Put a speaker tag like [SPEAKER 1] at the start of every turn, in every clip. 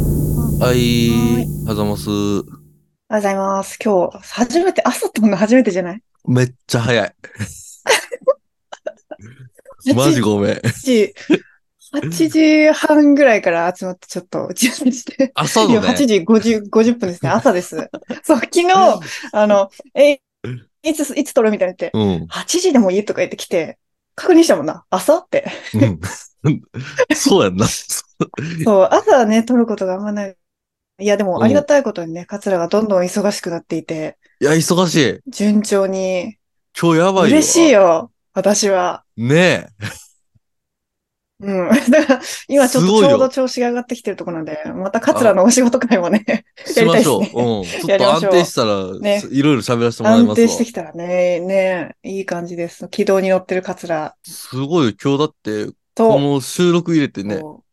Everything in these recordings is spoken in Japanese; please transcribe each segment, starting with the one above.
[SPEAKER 1] はい
[SPEAKER 2] はーい、
[SPEAKER 1] はざます。
[SPEAKER 2] おはようございます。今日、初めて、朝飛んだ初めてじゃない
[SPEAKER 1] めっちゃ早い。マジごめん。
[SPEAKER 2] ?8 時半ぐらいから集まって、ちょっと打ち合わせして。
[SPEAKER 1] 朝
[SPEAKER 2] 今
[SPEAKER 1] の
[SPEAKER 2] 8
[SPEAKER 1] ね、
[SPEAKER 2] 時 50, 50分ですね。朝です。そう、昨日、あの、え、いつ、いつ撮るみたいに言って、
[SPEAKER 1] うん、
[SPEAKER 2] 8時でもいいとか言ってきて、確認したもんな。朝って。
[SPEAKER 1] うん。 そうやんな。
[SPEAKER 2] そう、朝ね、撮ることがあんまない。いや、で
[SPEAKER 1] うん
[SPEAKER 2] も、ありがたいことにね、桂がどんどん忙しくなっていて、
[SPEAKER 1] いや、忙しい。
[SPEAKER 2] 順調に。
[SPEAKER 1] 今日やばいよ。
[SPEAKER 2] 嬉しい。よ、私は。
[SPEAKER 1] ね
[SPEAKER 2] うん。 だから、今ちょっ
[SPEAKER 1] す
[SPEAKER 2] と
[SPEAKER 1] ごい
[SPEAKER 2] ち
[SPEAKER 1] よ
[SPEAKER 2] ょうど調子が上がってきてるとこなんで、また桂のお仕事会もね、
[SPEAKER 1] え。しましょ う。
[SPEAKER 2] やりた
[SPEAKER 1] うん。ちょっと安
[SPEAKER 2] いですねやりましょう
[SPEAKER 1] 定したら、
[SPEAKER 2] ね
[SPEAKER 1] いろいろ喋らせてもらい
[SPEAKER 2] 安
[SPEAKER 1] ます
[SPEAKER 2] 定して
[SPEAKER 1] わ。
[SPEAKER 2] きたらね、ね、いい感じです。軌道に乗ってる桂
[SPEAKER 1] すごいよ。今日だって、
[SPEAKER 2] と、
[SPEAKER 1] この収録入れてね、
[SPEAKER 2] こ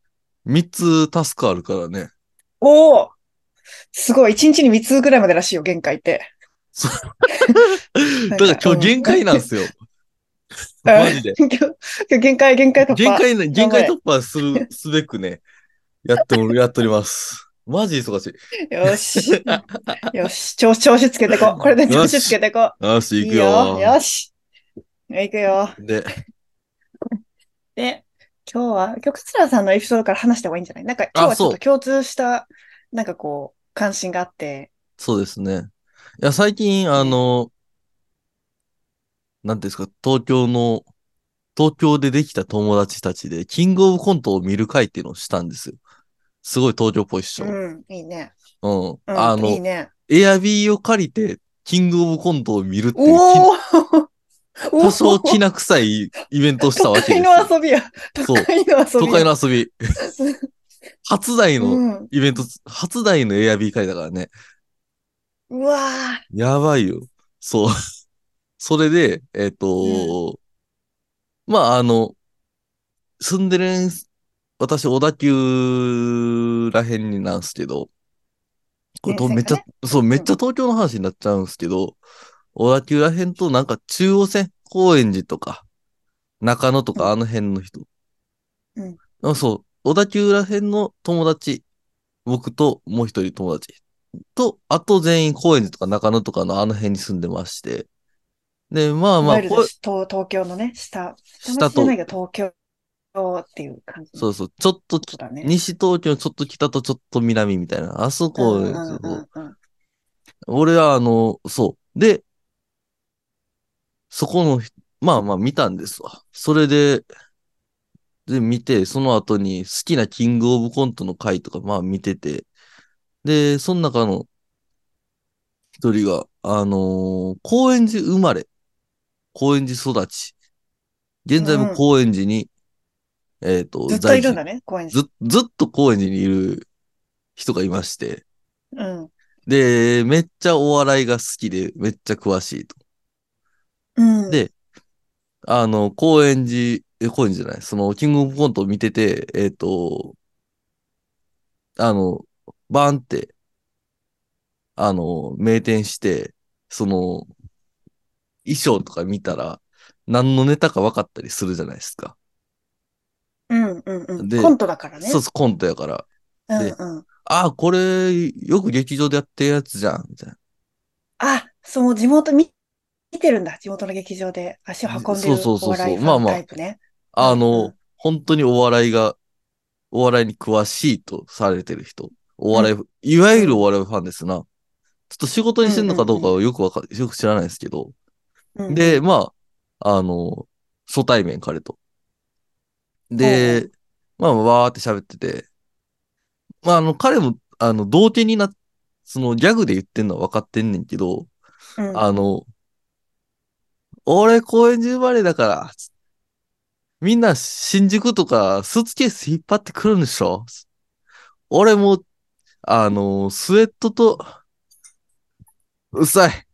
[SPEAKER 2] う
[SPEAKER 1] 3つタスクあるからね。
[SPEAKER 2] おおすごい、1日に3つぐらいまでらしいよ、限界って。
[SPEAKER 1] だから今日限界なんですよ。マジで
[SPEAKER 2] 今日今日限界、限界突破。
[SPEAKER 1] 限界ね、限
[SPEAKER 2] やばい
[SPEAKER 1] 界突破する、 すべくね、やっておる、やっております。マジ忙しい。
[SPEAKER 2] よし。よし、調子、調子つけてこう。これで調
[SPEAKER 1] よ
[SPEAKER 2] 子
[SPEAKER 1] し
[SPEAKER 2] つけてこ
[SPEAKER 1] よし、
[SPEAKER 2] う。
[SPEAKER 1] 行くよ
[SPEAKER 2] いいよ。よし。いくよ。
[SPEAKER 1] で、
[SPEAKER 2] で、今日は、今日、桂さんのエピソードから話した方がいいんじゃないなんか、今日はちょ
[SPEAKER 1] そ
[SPEAKER 2] っ
[SPEAKER 1] う
[SPEAKER 2] と共通した、なんかこう、関心があって、
[SPEAKER 1] そうですね。いや、最近、あの、なんていうんですか、東京の、東京でできた友達たちで、キングオブコントを見る会っていうのをしたんですよ。すごい東京っぽいっしょ。うん。
[SPEAKER 2] うん、いいね。うん、
[SPEAKER 1] あ
[SPEAKER 2] いい
[SPEAKER 1] の、
[SPEAKER 2] ね。
[SPEAKER 1] エアビーを借りて、キングオブコントを見るっていう、
[SPEAKER 2] おお
[SPEAKER 1] き多少
[SPEAKER 2] き
[SPEAKER 1] きな臭いイベントをしたわけです
[SPEAKER 2] 都会
[SPEAKER 1] よ。
[SPEAKER 2] の遊びや。
[SPEAKER 1] そ
[SPEAKER 2] 都
[SPEAKER 1] う
[SPEAKER 2] 会の遊び
[SPEAKER 1] 都会
[SPEAKER 2] や。
[SPEAKER 1] の遊び。初代の
[SPEAKER 2] うん。
[SPEAKER 1] イベント、初代の AIB 会だからね。
[SPEAKER 2] うわ
[SPEAKER 1] やばいよ。そう。 それで、えっ、と、まあ、あの、住んでるんす、私、小田急らへんになんすけど、これと、めっ
[SPEAKER 2] 電
[SPEAKER 1] ち
[SPEAKER 2] 線
[SPEAKER 1] ゃ
[SPEAKER 2] がね、
[SPEAKER 1] そう、めっちゃ東京の話になっちゃうんすけど、小田急らへんと、なんか中央線、高円寺とか、中野と
[SPEAKER 2] うん
[SPEAKER 1] か、あの辺の人。
[SPEAKER 2] うん
[SPEAKER 1] あ。そう、小田急らへんの友達、僕ともう一人友達と、あと全員高円寺とか中野とかのあの辺に住んでまして。で、まあ
[SPEAKER 2] ー。
[SPEAKER 1] ま
[SPEAKER 2] ワ
[SPEAKER 1] あ、
[SPEAKER 2] イルド
[SPEAKER 1] こう
[SPEAKER 2] 東東京のね、下。
[SPEAKER 1] 下
[SPEAKER 2] 下町じゃ
[SPEAKER 1] と
[SPEAKER 2] な、いけど東京っていう感じ。
[SPEAKER 1] そううそう、ちょっとき、
[SPEAKER 2] だね。
[SPEAKER 1] 西東京、ちょっと北とちょっと南みたいな、あそこ
[SPEAKER 2] うん
[SPEAKER 1] で
[SPEAKER 2] う
[SPEAKER 1] す
[SPEAKER 2] ん
[SPEAKER 1] よ
[SPEAKER 2] うんうん。
[SPEAKER 1] 俺はあの、そう。で、そこのひ、まあまあ見たんですわ。それで、で見て、その後に好きなキングオブコントの回とかまあ見てて、で、その中の一人が、あのー高円寺生まれ、高円寺育ち、現在も高円寺に、えっ、と、
[SPEAKER 2] ずっといる
[SPEAKER 1] 在
[SPEAKER 2] んだね、公園
[SPEAKER 1] 住ず、ずっと高円寺にいる人がいまして、
[SPEAKER 2] うん。
[SPEAKER 1] で、めっちゃお笑いが好きで、めっちゃ詳しいと。
[SPEAKER 2] うん。
[SPEAKER 1] であの、高円寺、え、高円寺じゃない、その、キングオブコントを見てて、えっ、と、あの、バーンって、あの、名店して、その、衣装とか見たら、何のネタか分かったりするじゃないですか。
[SPEAKER 2] うんうんうん。
[SPEAKER 1] で
[SPEAKER 2] コントだからね。
[SPEAKER 1] そうそう、コントやから。
[SPEAKER 2] うん
[SPEAKER 1] で
[SPEAKER 2] うん。
[SPEAKER 1] ああ、これ、よく劇場でやってるやつじゃん、みたいな。
[SPEAKER 2] あ、そう、地元見、見てるんだ。地元の劇場で足を運んでる
[SPEAKER 1] そうそうそうそう
[SPEAKER 2] お笑いフ
[SPEAKER 1] ま
[SPEAKER 2] ァ
[SPEAKER 1] あ
[SPEAKER 2] ン
[SPEAKER 1] まあ
[SPEAKER 2] タイプね。
[SPEAKER 1] あ
[SPEAKER 2] うんう
[SPEAKER 1] の
[SPEAKER 2] ん、
[SPEAKER 1] 本当にお笑いが、お笑いに詳しいとされてる人。お笑い、いわゆるお笑いファンですな。ちょっと仕事にしてんのかどうかはよくわか、よく知らないですけど。
[SPEAKER 2] うん
[SPEAKER 1] で、まあ、あの、初対面彼と。
[SPEAKER 2] ほ
[SPEAKER 1] で、まあ、わーって喋ってて。まあ、あの、彼も、あの、同点になっ、そのギャグで言ってんのは分かってんねんけど、
[SPEAKER 2] うん
[SPEAKER 1] あの、俺、高円寺生まれだから、つみんな新宿とかスーツケース引っ張ってくるんでしょ俺も、あの、スウェットと、うっ さい。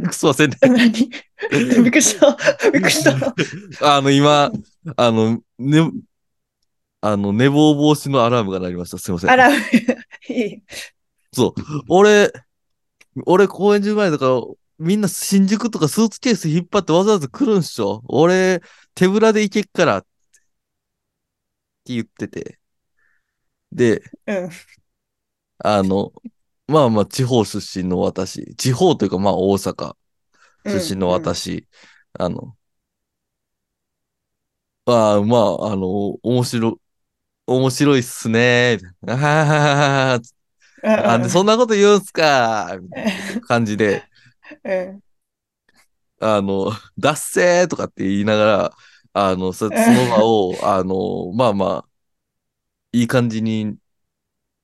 [SPEAKER 1] くそ忘れて。
[SPEAKER 2] 何びっくりした。びっくりした。
[SPEAKER 1] あの、今、あの、ね、あの、寝坊防止のアラームが鳴りました。すいません。
[SPEAKER 2] あら、い い。
[SPEAKER 1] 俺、俺公園寺前だから、みんな新宿とかスーツケース引っ張ってわざわざ来るんしょ俺、手ぶらで行けっから、って言ってて。で、
[SPEAKER 2] うん。
[SPEAKER 1] あの、 まあまあ、地方出身の私、地方というかまあ大阪出身の私、あの、ああ、まあ、あの、面白、面白いっすねー。あはははは
[SPEAKER 2] うん。うん
[SPEAKER 1] あで、そんなこと言うんすかみたいな感じで、
[SPEAKER 2] うん
[SPEAKER 1] あの、 脱せーとかって言いながら、あの、そその場 を、あの、まあまあ、いい感じに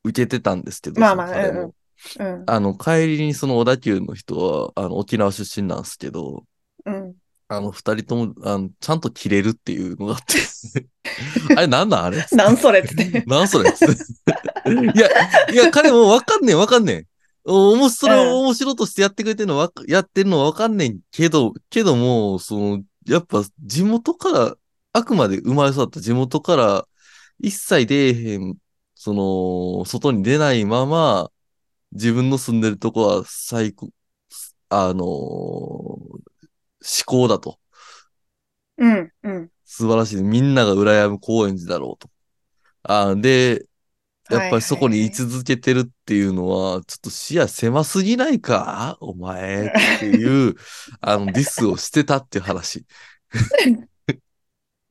[SPEAKER 1] 受けてたんですけど、
[SPEAKER 2] まあまあ
[SPEAKER 1] その彼も
[SPEAKER 2] うんうん。
[SPEAKER 1] あの、帰りにその小田急の人は、あの、沖縄出身なんですけど、
[SPEAKER 2] うん。
[SPEAKER 1] あの、二人とも、あの、ちゃんと切れるっていうのがあって、 あれ、なんなんあれ
[SPEAKER 2] なんそれっつ って。
[SPEAKER 1] なんそれ いや、いや、彼もわかんねん、わかんねん。おもし、それ
[SPEAKER 2] うん
[SPEAKER 1] を面白としてやってくれてるのわか、やってるのはわかんねんけど、けども、その、やっぱ地元から、あくまで生まれ育った地元から、一切出えへん、その、外に出ないまま、自分の住んでるとこは最高、あのー思考だと。
[SPEAKER 2] うん。うん。
[SPEAKER 1] 素晴らしい。みんなが羨む高円寺だろうと。あで、やっぱりそこに居続けてるっていうのは、ちょっと視野狭すぎないかお前って いう、あの、ディスをしてたっていう話。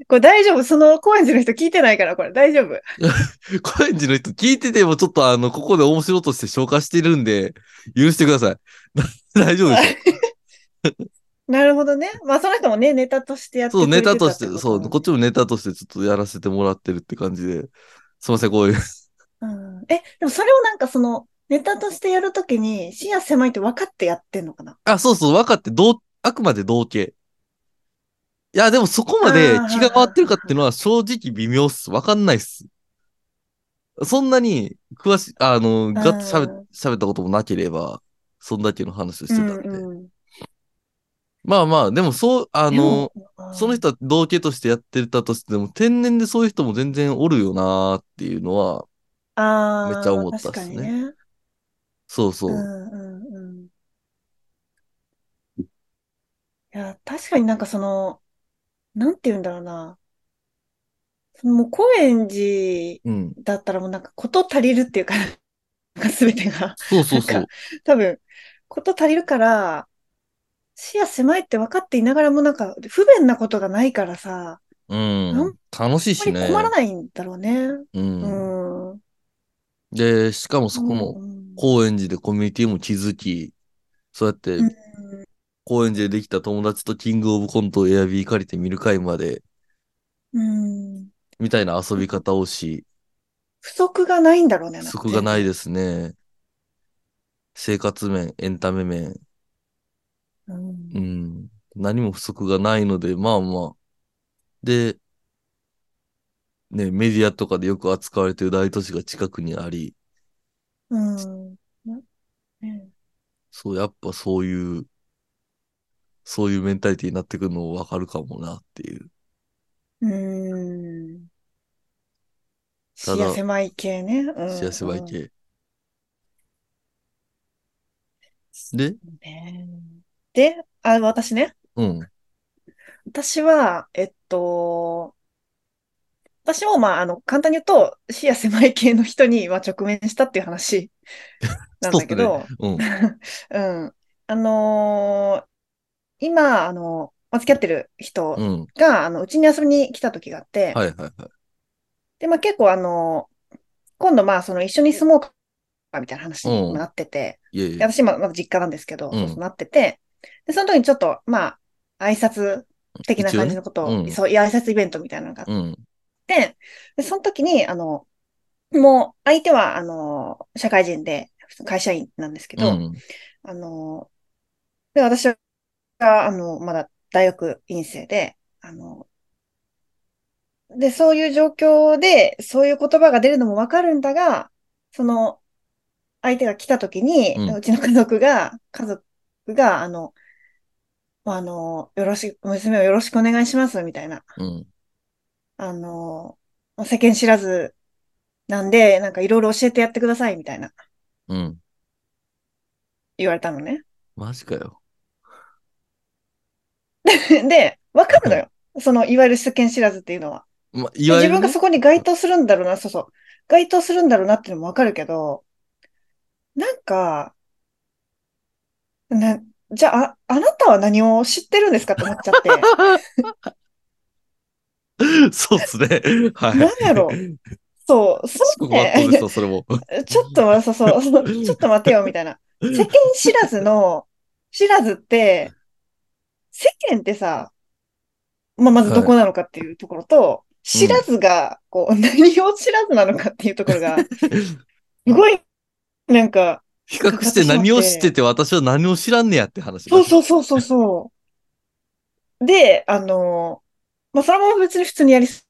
[SPEAKER 2] これ大丈夫その高円寺の人聞いてないから、これ大丈夫。
[SPEAKER 1] 高円寺の人聞いてても、ちょっとあの、ここで面白として消化してるんで、許してください。大丈夫で すよ。
[SPEAKER 2] なるほどね。まあその人もね、ネタとしてやってく
[SPEAKER 1] そう、
[SPEAKER 2] れ
[SPEAKER 1] ネ
[SPEAKER 2] た
[SPEAKER 1] タ
[SPEAKER 2] ってことね
[SPEAKER 1] して、そう、こっちもネタとしてちょっとやらせてもらってるって感じで、すいません、こういう。
[SPEAKER 2] うんえ、でもそれをなんかその、ネタとしてやるときに、視野狭いって分かってやってんのかな
[SPEAKER 1] あ、そうそう、分かって、どう、あくまで同型。いや、でもそこまで気が回ってるかっていうのは正直微妙っす。わかんないっす。そんなに詳しい、あの、ガッツ
[SPEAKER 2] うん
[SPEAKER 1] 喋ったこともなければ、そんだけの話をしてたんで。
[SPEAKER 2] うんうん
[SPEAKER 1] まあまあ、でもそう、あ
[SPEAKER 2] で
[SPEAKER 1] の
[SPEAKER 2] も、うん
[SPEAKER 1] その人は同型としてやってたとしても、天然でそういう人も全然おるよなーっていうのは、
[SPEAKER 2] あー
[SPEAKER 1] めっちゃ思ったっすね
[SPEAKER 2] 確かにね。
[SPEAKER 1] そうそうう。
[SPEAKER 2] んうんうん。いや、確かになんかその、なんて言うんだろうな。そのもう高円寺
[SPEAKER 1] うん。
[SPEAKER 2] だったらもうなんかこと足りるっていうか、なんか全てが。
[SPEAKER 1] そうそうそ
[SPEAKER 2] な。
[SPEAKER 1] うん
[SPEAKER 2] 多分、こと足りるから、視野狭いって分かっていながらもなんか不便なことがないからさ、
[SPEAKER 1] うん。楽しい
[SPEAKER 2] あん
[SPEAKER 1] し
[SPEAKER 2] ま
[SPEAKER 1] ね
[SPEAKER 2] り。困らないんだろうね。
[SPEAKER 1] うん
[SPEAKER 2] う。ん。
[SPEAKER 1] で、しかもそこも、
[SPEAKER 2] うん
[SPEAKER 1] 高円寺でコミュニティも築き、そうやって
[SPEAKER 2] うん
[SPEAKER 1] 高円寺でできた友達とキングオブコントをエアビー借りて見る会まで、
[SPEAKER 2] うん。
[SPEAKER 1] みたいな遊び方をし、
[SPEAKER 2] 不足がないんだろうね。。
[SPEAKER 1] 不足がないいですね。生活面、エンタメ面、う
[SPEAKER 2] うん
[SPEAKER 1] ん。何も不足がないので、まあまあ。で、ね、メディアとかでよく扱われてる大都市が近くにあり、
[SPEAKER 2] うん。なね
[SPEAKER 1] そう、やっぱそういう、そういうメンタリティになってくるのもわかるかもなっていう。
[SPEAKER 2] うん。
[SPEAKER 1] た
[SPEAKER 2] 視
[SPEAKER 1] だ
[SPEAKER 2] 野狭い系ね。うん
[SPEAKER 1] 幸せばい。
[SPEAKER 2] うん
[SPEAKER 1] け。で、
[SPEAKER 2] ねで、あ、私ね。
[SPEAKER 1] うん。
[SPEAKER 2] 私は、えっと、私も、まあ、あの、簡単に言うと、視野狭い系の人に、まあ、直面したってい う話なんだけど、
[SPEAKER 1] うん。
[SPEAKER 2] うん。あのー今、あの、まあ付き合ってる人
[SPEAKER 1] うん。
[SPEAKER 2] が、あの、うちに遊びに来た時があって、
[SPEAKER 1] はいはいはい。
[SPEAKER 2] で、まあ、結構、あの、今度、まあ、その、一緒に住もうか、みたいな話にもなってて、
[SPEAKER 1] いやい
[SPEAKER 2] で
[SPEAKER 1] や。
[SPEAKER 2] 私、まあ、まだ実家なんですけど、
[SPEAKER 1] うん
[SPEAKER 2] そうそうなってて、で、その時にちょっと、まあ、挨拶的な感じのこと
[SPEAKER 1] 一応
[SPEAKER 2] を、
[SPEAKER 1] ねうん
[SPEAKER 2] そう、いや、挨拶イベントみたいなのがあっ
[SPEAKER 1] うん。
[SPEAKER 2] て、で、その時に、あの、もう、相手は、あの、社会人で、会社員なんですけ
[SPEAKER 1] う
[SPEAKER 2] ど、
[SPEAKER 1] ん。
[SPEAKER 2] あの、で、私は、あの、まだ大学院生で、あの、で、そういう状況で、そういう言葉が出るのもわかるんだが、その、相手が来た時に、
[SPEAKER 1] う
[SPEAKER 2] うんちの家族が、家族が、あの、あの、よろしく、娘をよろしくお願いします、みたいな。
[SPEAKER 1] うん。
[SPEAKER 2] あの、世間知らずなんで、なんかいろいろ教えてやってください、みたいな
[SPEAKER 1] うん。
[SPEAKER 2] 言われたのね。
[SPEAKER 1] マジかよ。
[SPEAKER 2] で、わかるのよ。その、いわゆる世間知らずっていうのは。
[SPEAKER 1] ま、いわゆ
[SPEAKER 2] 自
[SPEAKER 1] る
[SPEAKER 2] 分が
[SPEAKER 1] ね。
[SPEAKER 2] そこに該当するんだろうな、そうそう。該当するんだろうなっていうのもわかるけど、なんか、な、じゃあ、あ、あなたは何を知ってるんですかって思っちゃ って。
[SPEAKER 1] そうですね。はい。
[SPEAKER 2] なんやろそう、そ
[SPEAKER 1] す
[SPEAKER 2] う
[SPEAKER 1] ごくマットですよ、それ も。
[SPEAKER 2] ね、ちょっと待そ うそうそう、ちょっと待ってよ、みたいな。世間知らずの、知らずって、世間ってさ、まあ、まずどこなのかっていうところと、知らずが、こう、 何を知らずなのかっていうところが、すごい、なんか、
[SPEAKER 1] 比較して何を知ってて私は何を知らんねやって話。
[SPEAKER 2] そうそうそうそうそう。で、あの、まあ、そのまま別に普通にやりす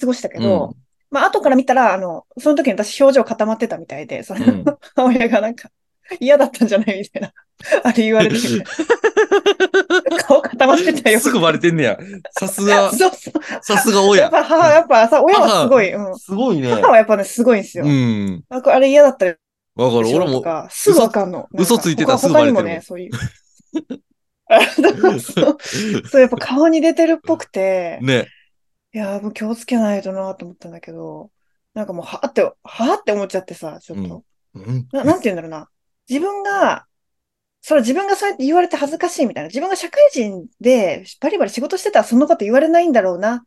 [SPEAKER 2] 過ごしたけど、まあ、後から見たら、あの、その時に私表情固まってたみたいで、その、
[SPEAKER 1] うん
[SPEAKER 2] 母親がなんか、嫌だったんじゃないみたいな。あれ言われてみたいな。顔固まってた
[SPEAKER 1] う
[SPEAKER 2] よ。
[SPEAKER 1] ん。すぐバレてんねや。さすが、
[SPEAKER 2] そうそう。
[SPEAKER 1] さすが
[SPEAKER 2] やっ
[SPEAKER 1] 親。
[SPEAKER 2] ぱ母、やっぱさ、親はすごい、うん。
[SPEAKER 1] すごいね。
[SPEAKER 2] 母はやっぱね、すごいんですよ
[SPEAKER 1] う。ん。
[SPEAKER 2] なんかあれ嫌だったよ
[SPEAKER 1] わかる。俺
[SPEAKER 2] と
[SPEAKER 1] も、
[SPEAKER 2] か、すぐわかんの。
[SPEAKER 1] 嘘
[SPEAKER 2] なん
[SPEAKER 1] つ
[SPEAKER 2] か
[SPEAKER 1] いてたら
[SPEAKER 2] 他
[SPEAKER 1] すぐバレてる
[SPEAKER 2] 他にもね、そういう。あ そうそう、やっぱ顔に出てるっぽくて、
[SPEAKER 1] ね。
[SPEAKER 2] いやー、もう気をつけないとなと思ったんだけど、なんかもう、はーって、はーって思っちゃってさ、ちょっと。
[SPEAKER 1] うん。
[SPEAKER 2] ななんて言うんだろうな。自分が、それ自分がそうやって言われて恥ずかしいみたいな。自分が社会人でバリバリ仕事してたらそんなこと言われないんだろうなっ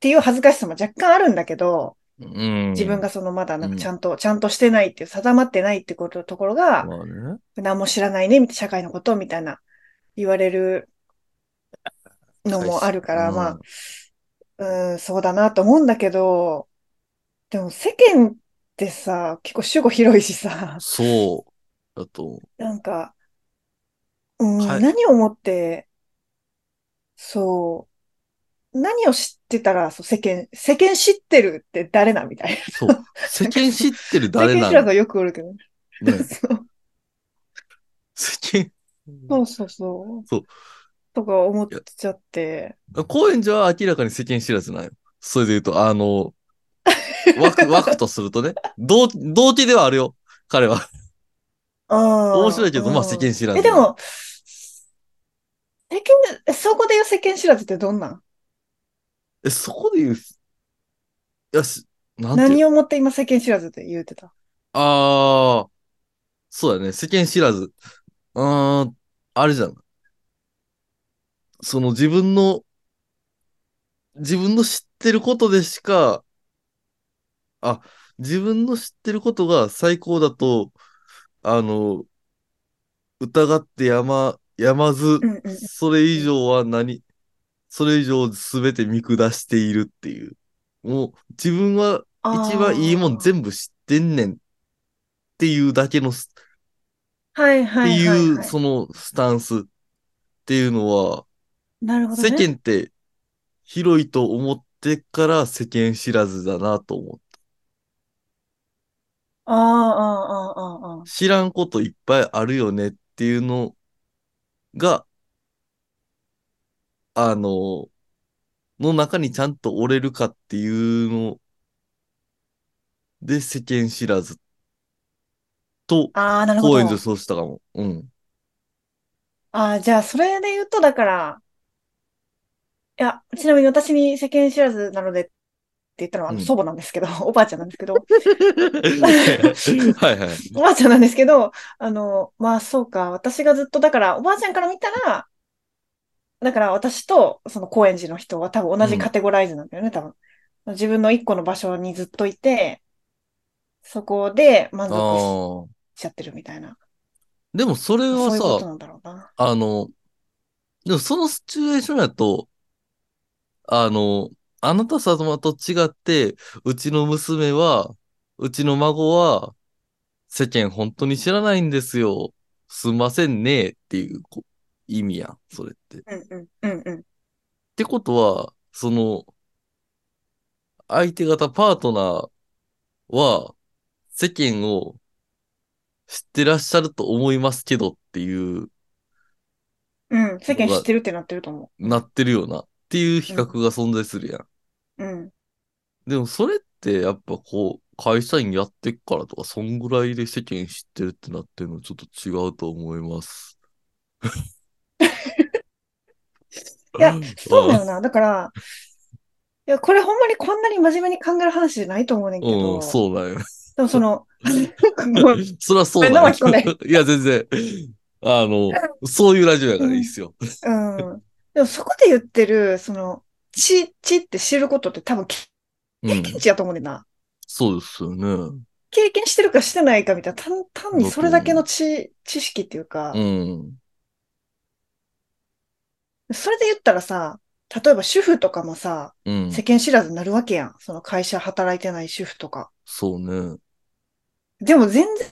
[SPEAKER 2] ていう恥ずかしさも若干あるんだけど、
[SPEAKER 1] うん。
[SPEAKER 2] 自分が、そのまだなんかちゃんと、ちゃんとしてないっていう、定まってないってこと、ところが、
[SPEAKER 1] まあね。
[SPEAKER 2] 何も知らないね、みたいな社会のことみたいな言われるのもあるから、
[SPEAKER 1] うん
[SPEAKER 2] まあ、うん、そうだなと思うんだけど、でも世間ってさ、結構主語広いしさ、
[SPEAKER 1] そう。だと思う、
[SPEAKER 2] なんか、うん、
[SPEAKER 1] はい
[SPEAKER 2] 何をもって、そう、何を知ってたら、そう、世間、世間知ってるって誰なみたいな。
[SPEAKER 1] そう。世間知ってる 誰
[SPEAKER 2] 世間
[SPEAKER 1] な
[SPEAKER 2] 知らず
[SPEAKER 1] の
[SPEAKER 2] はよくおるけどね。
[SPEAKER 1] ね
[SPEAKER 2] そう
[SPEAKER 1] 世
[SPEAKER 2] そ
[SPEAKER 1] 間。
[SPEAKER 2] う そうそう。
[SPEAKER 1] そう
[SPEAKER 2] とか思っちゃって。
[SPEAKER 1] 高円寺は明らかに世間知らずなんよ。それで言うと、あ の、枠、枠とするとね、同、同期ではあるよ。彼は。面
[SPEAKER 2] 面
[SPEAKER 1] 白いけど、まあ世間知らず。
[SPEAKER 2] え、で、も、世間、そこで言う世間知らずってどんなん
[SPEAKER 1] え、そこで言う、いやし、なんていう
[SPEAKER 2] 何をもって今世間知らずって言うてた
[SPEAKER 1] ああ、そうだね。世間知らず。うーん、あれじゃん。その自分の、自分の知ってることでしか、あ、自分の知ってることが最高だと、あの、疑ってやま、やまず
[SPEAKER 2] う、んうん。
[SPEAKER 1] それ以上は何、それ以上全て見下しているっていう。もう、自分は、一番いいもん
[SPEAKER 2] 部。
[SPEAKER 1] 全部知ってんねんっていうだけのス、
[SPEAKER 2] はいは
[SPEAKER 1] って
[SPEAKER 2] いはいいは
[SPEAKER 1] う
[SPEAKER 2] い。
[SPEAKER 1] そのスタンスっていうのは、
[SPEAKER 2] なるほど
[SPEAKER 1] 世
[SPEAKER 2] ね。
[SPEAKER 1] 間って広いと思ってから世間知らずだなと思う。
[SPEAKER 2] ああ、ああ、ああ、ああ。
[SPEAKER 1] 知らんこといっぱいあるよねっていうのが、あの、の中にちゃんと折れるかっていうので世間知らずと、
[SPEAKER 2] ああ、なるほ
[SPEAKER 1] 高円
[SPEAKER 2] ど。
[SPEAKER 1] 寺そうしたかも。うん。
[SPEAKER 2] ああ、じゃあ、それで言うと、だから、いや、ちなみに私に世間知らずなのでって言ったのは、あの
[SPEAKER 1] うん
[SPEAKER 2] 祖母なんですけど、 おばあちゃんなんです けど、
[SPEAKER 1] はいはい。
[SPEAKER 2] おばあちゃんなんですけど、あの、まあそうか、私がずっと、だから、おばあちゃんから見たら、だから私と、その高円寺の人は多分同じカテゴライズなんだよね、多分。自分の一個の場所にずっといて、そこで満足し
[SPEAKER 1] ああ。
[SPEAKER 2] ちゃってるみたいな。
[SPEAKER 1] でもそれ
[SPEAKER 2] そ
[SPEAKER 1] は
[SPEAKER 2] ういうこと
[SPEAKER 1] さ、
[SPEAKER 2] なんだろうな。
[SPEAKER 1] あの、でもそのシチュエーションやと、あの、あなた様と違って、うちの娘は、うちの孫は、世間本当に知らないんですよ。すんませんねっていうこ意味やん、それって。っ
[SPEAKER 2] うんうん、うんうん。
[SPEAKER 1] てことは、その、相手方パートナーは、世間を知ってらっしゃると思いますけどっていう、
[SPEAKER 2] うん、世間知ってるってなってると思
[SPEAKER 1] なってるよなっていう比較が存在するやん。
[SPEAKER 2] う。うん。
[SPEAKER 1] でもそれってやっぱこう、会社員やってっからとか、そんぐらいで世間知ってるってなってるのちょっと違うと思います。
[SPEAKER 2] いや、そうだよな。だから、いや、これほんまにこんなに真面目に考える話じゃないと思うねんけ
[SPEAKER 1] うん、
[SPEAKER 2] ど、
[SPEAKER 1] そうだよ。
[SPEAKER 2] でもその、
[SPEAKER 1] そりゃそうだ、
[SPEAKER 2] 生聞こ え
[SPEAKER 1] いや、全然。あの、そういうラジオやからいいっすよ。
[SPEAKER 2] うん。でもそこで言ってる、その、知、知って知ることって多分経
[SPEAKER 1] うん。
[SPEAKER 2] 験値やと思うねんな。
[SPEAKER 1] そうですよね。
[SPEAKER 2] 経験してるかしてないかみたいな、単単にそれだけの知、知識っていうか
[SPEAKER 1] う、ん。
[SPEAKER 2] それで言ったらさ、例えば主婦とかもさ、
[SPEAKER 1] うん
[SPEAKER 2] 世。間知らずになるわけやん。その会社働いてない主婦とか。
[SPEAKER 1] そうね。
[SPEAKER 2] でも全然、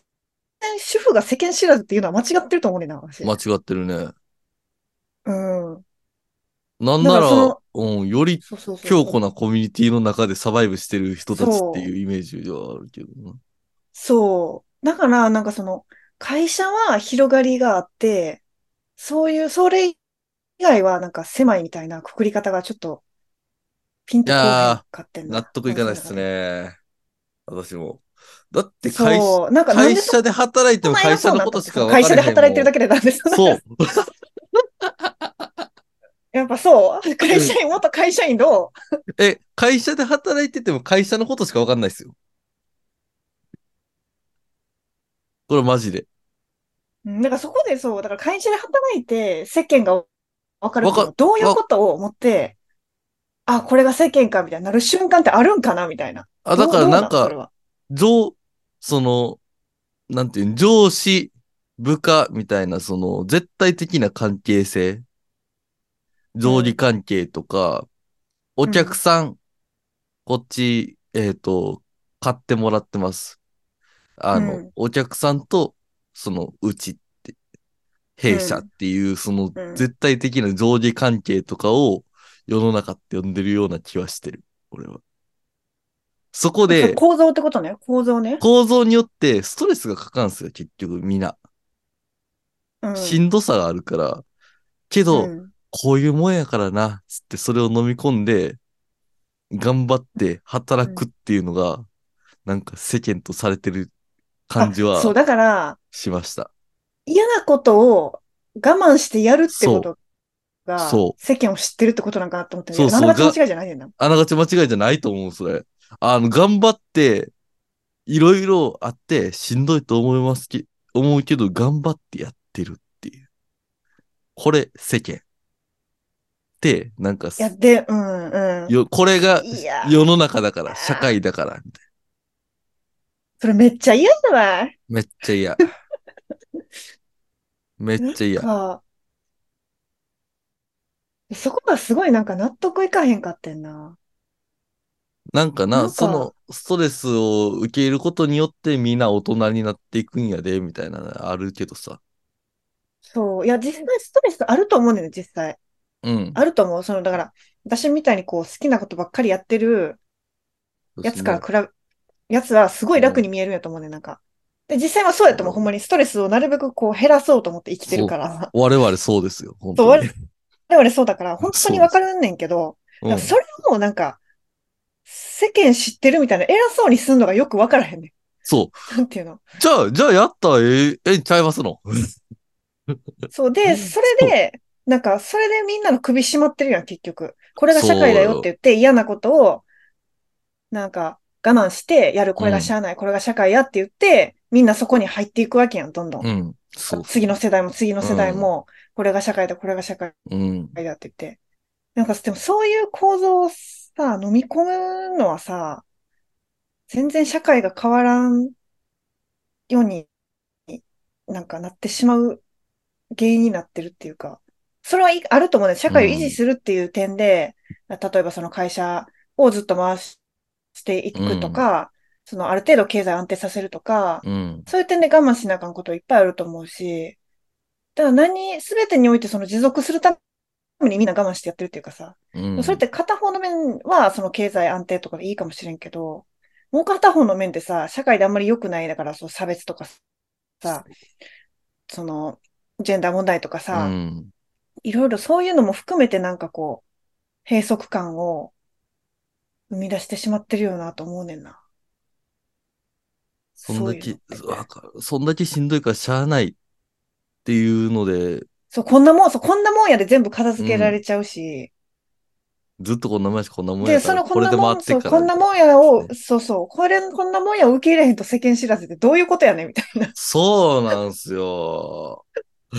[SPEAKER 2] 主婦が世間知らずっていうのは間違ってると思うねんな、私。
[SPEAKER 1] 間違ってるね。
[SPEAKER 2] うん。
[SPEAKER 1] なんな
[SPEAKER 2] だから
[SPEAKER 1] ら、
[SPEAKER 2] その
[SPEAKER 1] うん、より
[SPEAKER 2] そうそうそう。
[SPEAKER 1] 強固なコミュニティの中でサバイブしてる人たちっていうイメージではあるけどな。
[SPEAKER 2] そう。だから、なんかその、会社は広がりがあって、そういう、それ以外はなんか狭いみたいなくくり方がちょっと、ピンとこうへんかってんな
[SPEAKER 1] 納得いかないっす。ね。私も。だって会社、
[SPEAKER 2] そう。なんか、なん
[SPEAKER 1] 会
[SPEAKER 2] でそ
[SPEAKER 1] 社で働いて
[SPEAKER 2] ん
[SPEAKER 1] も
[SPEAKER 2] な
[SPEAKER 1] 会
[SPEAKER 2] 偉
[SPEAKER 1] 社
[SPEAKER 2] そう
[SPEAKER 1] の
[SPEAKER 2] な
[SPEAKER 1] ことしか分からへ
[SPEAKER 2] 会
[SPEAKER 1] んもん
[SPEAKER 2] 社で働いてるだけでなんです。
[SPEAKER 1] そう。
[SPEAKER 2] やっぱそう。会社員、元会社員の、
[SPEAKER 1] え、会社で働いてても会社のことしか分かんないっすよ。これマジで。
[SPEAKER 2] うんなんかそこでそう、だから会社で働いて世間がわかる
[SPEAKER 1] わか
[SPEAKER 2] どういうことを思って、あ、これが世間かみたいになる瞬間ってあるんかなみたいな。
[SPEAKER 1] あ、だから
[SPEAKER 2] どう
[SPEAKER 1] なん
[SPEAKER 2] どうそれ
[SPEAKER 1] か、
[SPEAKER 2] は
[SPEAKER 1] 上、その、なんていうん上司、部下みたいな、その、絶対的な関係性。上下関係とか、
[SPEAKER 2] ん
[SPEAKER 1] お客さん、こっち、えっ、と、買ってもらってます。あの、
[SPEAKER 2] うん
[SPEAKER 1] お客さんと、その、うちって、弊社っていう、その、
[SPEAKER 2] うん
[SPEAKER 1] 絶対的な上下関係とかを、世の中って呼んでるような気はしてる。俺は。そこ
[SPEAKER 2] そ
[SPEAKER 1] で
[SPEAKER 2] れ、構造ってことね。構造ね。
[SPEAKER 1] 構造によってストレスがかかるんすよ、結局みんな。
[SPEAKER 2] うん
[SPEAKER 1] しんどさがあるから。けど、
[SPEAKER 2] うん
[SPEAKER 1] こういうもんやからな、つってそれを飲み込んで、頑張って働くっていうのが、なんか世間とされてる感じ
[SPEAKER 2] あそう、
[SPEAKER 1] は
[SPEAKER 2] だから、
[SPEAKER 1] しました。
[SPEAKER 2] 嫌なことを我慢してやるってことが
[SPEAKER 1] そ、
[SPEAKER 2] 世間を知ってるってことなんかなと思って
[SPEAKER 1] そうそう
[SPEAKER 2] なんか間違いじゃないねんな。
[SPEAKER 1] あながち間違いじゃないと思う、それ。あの、頑張って、いろいろあって、しんどいと思いますけ、思うけど、頑張ってやってるっていう。これ、世間。って、なんかす、
[SPEAKER 2] いや、で、うん、うん。
[SPEAKER 1] よ、これが
[SPEAKER 2] いや
[SPEAKER 1] 世の中だから、社会だから、みたい
[SPEAKER 2] それめっちゃ嫌じゃない
[SPEAKER 1] な。めっちゃ 嫌。めっちゃ嫌。
[SPEAKER 2] かそこがすごいなんか納得いかへんかってんな。
[SPEAKER 1] なんか
[SPEAKER 2] な
[SPEAKER 1] な、
[SPEAKER 2] んか
[SPEAKER 1] そのストレスを受け入れることによってみんな大人になっていくんやで、みたいなのあるけどさ。
[SPEAKER 2] そう。いや、実際ストレスあると思うねんだよ、実際。
[SPEAKER 1] うん。
[SPEAKER 2] あると思う。その、だから、私みたいにこう、好きなことばっかりやってるやつから比べ、やつはすごい楽に見えるんやと思うねん、なんか。で、実際はそうやと思う。ほんまにストレスをなるべくこう、減らそうと思って生きてる から。
[SPEAKER 1] 我々そうですよ、本
[SPEAKER 2] そう、
[SPEAKER 1] 当
[SPEAKER 2] 我
[SPEAKER 1] に。
[SPEAKER 2] 々そうだから、本当にわかるんねんけど、
[SPEAKER 1] うん、
[SPEAKER 2] それをなんか、世間知ってるみたいな、偉そうにすんのがよくわからへんね
[SPEAKER 1] そ
[SPEAKER 2] ん。なんていうの。
[SPEAKER 1] う。じゃあ、じゃあやったらええ、ええちゃいますの。
[SPEAKER 2] そう
[SPEAKER 1] うん
[SPEAKER 2] で、それで、なんか、それでみんなの首絞まってるやん、結局。これが社会だよって言って、嫌なことを、なんか、我慢してやる、これがしゃあない、これが社会やって言って、みんなそこに入っていくわけやん、どんどん。
[SPEAKER 1] うん。そう。
[SPEAKER 2] 次の世代も次の世代も、これが社会だ、これが社会
[SPEAKER 1] うん。
[SPEAKER 2] だって言って。なんか、でもそういう構造をさ、飲み込むのはさ、全然社会が変わらんように、なんかなってしまう原因になってるっていうか、それはいあると思うね。社会を維持するっていう点で、例えばその会社をずっと回していくとか、そのある程度経済安定させるとか、
[SPEAKER 1] うん。
[SPEAKER 2] そういう点で我慢しなあかんこといっぱいあると思うし、ただ何、すべてにおいてその持続するためにみんな我慢してやってるっていうかさ、
[SPEAKER 1] うん。
[SPEAKER 2] それって片方の面はその経済安定とかでいいかもしれんけど、もう片方の面ってさ、社会であんまり良くないだから、そう差別とかさ、その、ジェンダー問題とかさ、
[SPEAKER 1] うん。
[SPEAKER 2] いろいろそういうのも含めてなんかこう、閉塞感を生み出してしまってるよなと思うねんな。
[SPEAKER 1] そんだけ
[SPEAKER 2] そういう、の
[SPEAKER 1] わ
[SPEAKER 2] って
[SPEAKER 1] かるそんだけしんどいからしゃあないっていうので、
[SPEAKER 2] そう、こんなもん、そう、こんなもんやで全部片付けられちゃうし、
[SPEAKER 1] ずっとこんなもんやし、こんなもん
[SPEAKER 2] で、
[SPEAKER 1] やか
[SPEAKER 2] そ
[SPEAKER 1] ら、
[SPEAKER 2] の
[SPEAKER 1] こ
[SPEAKER 2] こん
[SPEAKER 1] れ
[SPEAKER 2] な
[SPEAKER 1] で
[SPEAKER 2] も
[SPEAKER 1] 回
[SPEAKER 2] ん、
[SPEAKER 1] って
[SPEAKER 2] そ
[SPEAKER 1] っ
[SPEAKER 2] う、
[SPEAKER 1] から。
[SPEAKER 2] こんなもんや
[SPEAKER 1] み
[SPEAKER 2] を
[SPEAKER 1] たい、
[SPEAKER 2] そうそう、これ、こんなもんやを受け入れへんと世間知らずってどういうことやねんみたいな。
[SPEAKER 1] そうなんすよ。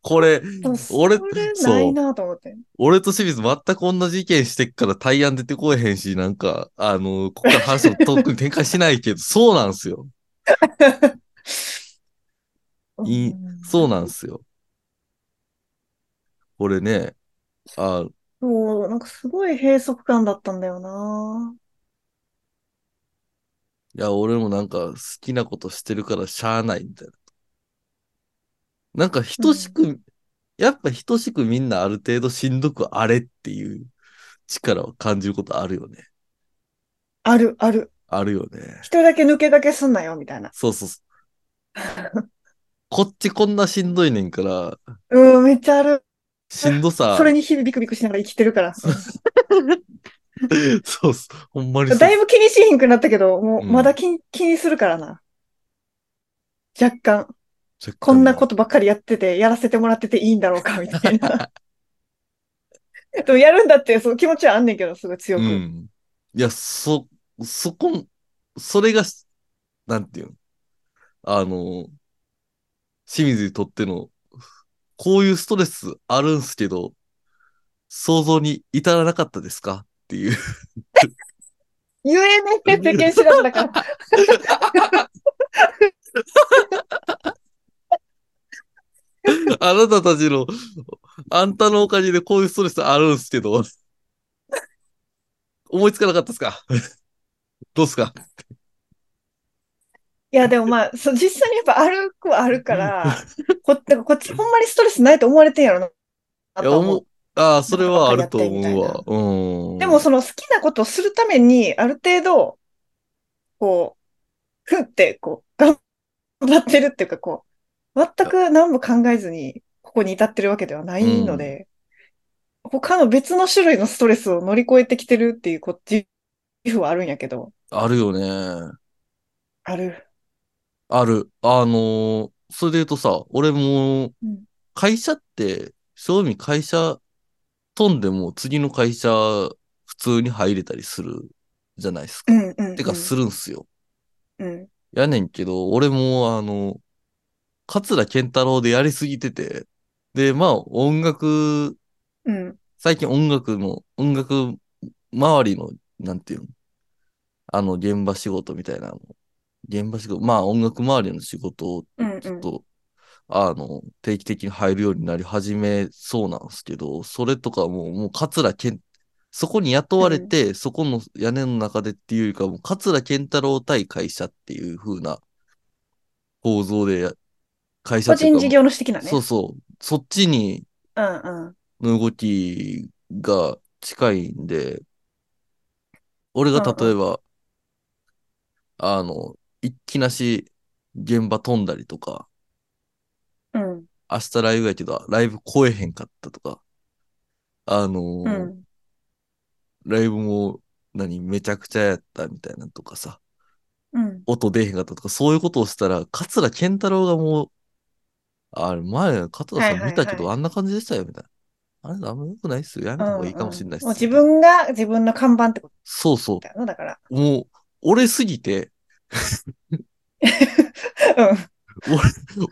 [SPEAKER 1] これ、
[SPEAKER 2] でもそ
[SPEAKER 1] 俺
[SPEAKER 2] れないなと思って。
[SPEAKER 1] 俺と清水全く同じ意見してっから対案出てこえへんし、なんか、あの、ここから話を特に展開しないけ ど、そうなんすよ。いい
[SPEAKER 2] うん
[SPEAKER 1] そうなんすよ。俺ね、あ
[SPEAKER 2] そう、なんかすごい閉塞感だったんだよな。
[SPEAKER 1] いや、俺もなんか好きなことしてるからしゃあないみたいな。なんか等しく、やっぱ等しくみんなある程度しんどくあれっていう力を感じることあるよね。
[SPEAKER 2] ある、ある。
[SPEAKER 1] あるよね。
[SPEAKER 2] 一人だけ抜け駆けすんなよ、みたいな。
[SPEAKER 1] そうそうそう。 こっちこんなしんどいねんから、
[SPEAKER 2] うん、めっちゃある。
[SPEAKER 1] しんどさ。
[SPEAKER 2] それに日々ビクビクしながら生きてるか ら。
[SPEAKER 1] そうそう。ほんまに
[SPEAKER 2] う
[SPEAKER 1] そ
[SPEAKER 2] ん
[SPEAKER 1] う。
[SPEAKER 2] だいぶ気にしへんくなったけど、もう
[SPEAKER 1] うん
[SPEAKER 2] まだ気に,、気にするからな。若干、
[SPEAKER 1] 若干
[SPEAKER 2] こんなことばっかりやってて、やらせてもらってていいんだろうか、みたいな。でもやるんだって、そう気持ちはあんねんけど、すごい強
[SPEAKER 1] う
[SPEAKER 2] く。
[SPEAKER 1] ん。いや、そ、そこん、それがし、なんていうのあの、清水にとっての、こういうストレスあるんすけど、想像に至らなかったですかっていう。
[SPEAKER 2] 言えねえ、世間知らず だから。
[SPEAKER 1] あなたたちの、あんたのおかげでこういうストレスあるんすけど、 思いつかなかったですか どうっすか
[SPEAKER 2] いや、でもまあ、そう実際にやっぱあるくはあるから、こだからこっちほんまにストレスないと思われてんやろな。
[SPEAKER 1] いや、思う。ああ、それはあると
[SPEAKER 2] なん
[SPEAKER 1] 思う
[SPEAKER 2] かばっかりやっ
[SPEAKER 1] わ。うん。
[SPEAKER 2] でもその好きなことをするために、ある程度、こう、ふんって、こう、頑張ってるっていうか、こう、全く何も考えずに、ここに至ってるわけではないので、他の別の種類のストレスを乗り越えてきてるっていう、こっち、自負はあるんやけど、
[SPEAKER 1] あるよね。
[SPEAKER 2] ある。
[SPEAKER 1] ある。あのーそれで言うとさ、俺も
[SPEAKER 2] うん、
[SPEAKER 1] 会社って、正味会社飛んでも次の会社普通に入れたりするじゃないです
[SPEAKER 2] う
[SPEAKER 1] か。
[SPEAKER 2] んうん、うん。
[SPEAKER 1] てか、するんすよ。
[SPEAKER 2] うん。
[SPEAKER 1] やねんけど、俺もあの、桂健太郎でやりすぎてて、で、まあ音楽、
[SPEAKER 2] うん。
[SPEAKER 1] 最近音楽の、音楽周りの、なんていうの、あの、現場仕事みたいなの、現場仕事、まあ音楽周りの仕事を
[SPEAKER 2] うんうん
[SPEAKER 1] ちょっと、あの、定期的に入るようになり始めそうなんですけど、それとかもう、もう桂健、そこに雇われて、そこの屋根の中でっていうよりかはもう、桂健太郎対会社っていう風な構造でや、会社
[SPEAKER 2] 個
[SPEAKER 1] っていう
[SPEAKER 2] 人
[SPEAKER 1] か
[SPEAKER 2] 事業主的なね。
[SPEAKER 1] そうそう、そっちに
[SPEAKER 2] うんうん。
[SPEAKER 1] の動きが近いんで、俺が例えば、あの、一気なし現場飛んだりとか、
[SPEAKER 2] うん。
[SPEAKER 1] 明日ライブやけど、ライブ来えへんかったとか、あのー
[SPEAKER 2] うん。
[SPEAKER 1] ライブも、何、めちゃくちゃやったみたいなのとかさ、
[SPEAKER 2] うん。
[SPEAKER 1] 音出えへんかったとか、そういうことをしたら、桂健太郎がもう、あれ、前、桂さん見たけ
[SPEAKER 2] はいはい
[SPEAKER 1] ど、あんな感じでしたよ、みたいな。あれ、あんま良くないっすよ。やめた方がいいかもしれないっす
[SPEAKER 2] もう
[SPEAKER 1] よ。
[SPEAKER 2] 自分が自分の看板ってこと
[SPEAKER 1] そうそう。
[SPEAKER 2] だよな、だから。
[SPEAKER 1] もう、折れすぎて、
[SPEAKER 2] うん。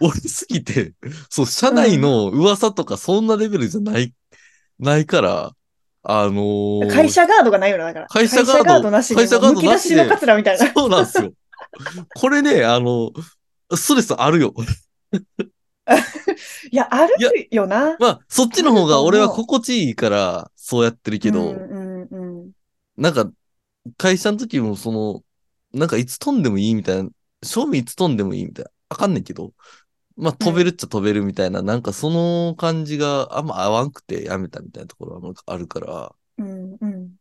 [SPEAKER 1] 折れすぎて、そう、社内の噂とかそんなレベルじゃない、ないから、あのー
[SPEAKER 2] 会社ガードがないよな、だから。
[SPEAKER 1] 会社ガード
[SPEAKER 2] なしに、
[SPEAKER 1] 会社ガード
[SPEAKER 2] むき出し
[SPEAKER 1] な
[SPEAKER 2] の
[SPEAKER 1] しで
[SPEAKER 2] カツラみた いな。
[SPEAKER 1] そうなんですよ。これね、あの、ストレスあるよ。
[SPEAKER 2] いや、あるよな。
[SPEAKER 1] まあ、そっちの方が俺は心地いいから、そうやってるけど、
[SPEAKER 2] うんうんうん。
[SPEAKER 1] なんか、会社の時もその、なんかいつ飛んでもいいみたいな、正味いつ飛んでもいいみたいな、あかんねんけど、まあ飛べるっちゃ飛べるみたいな、なんかその感じがあんま合わんくてやめたみたいなところはあるから、
[SPEAKER 2] うんうん。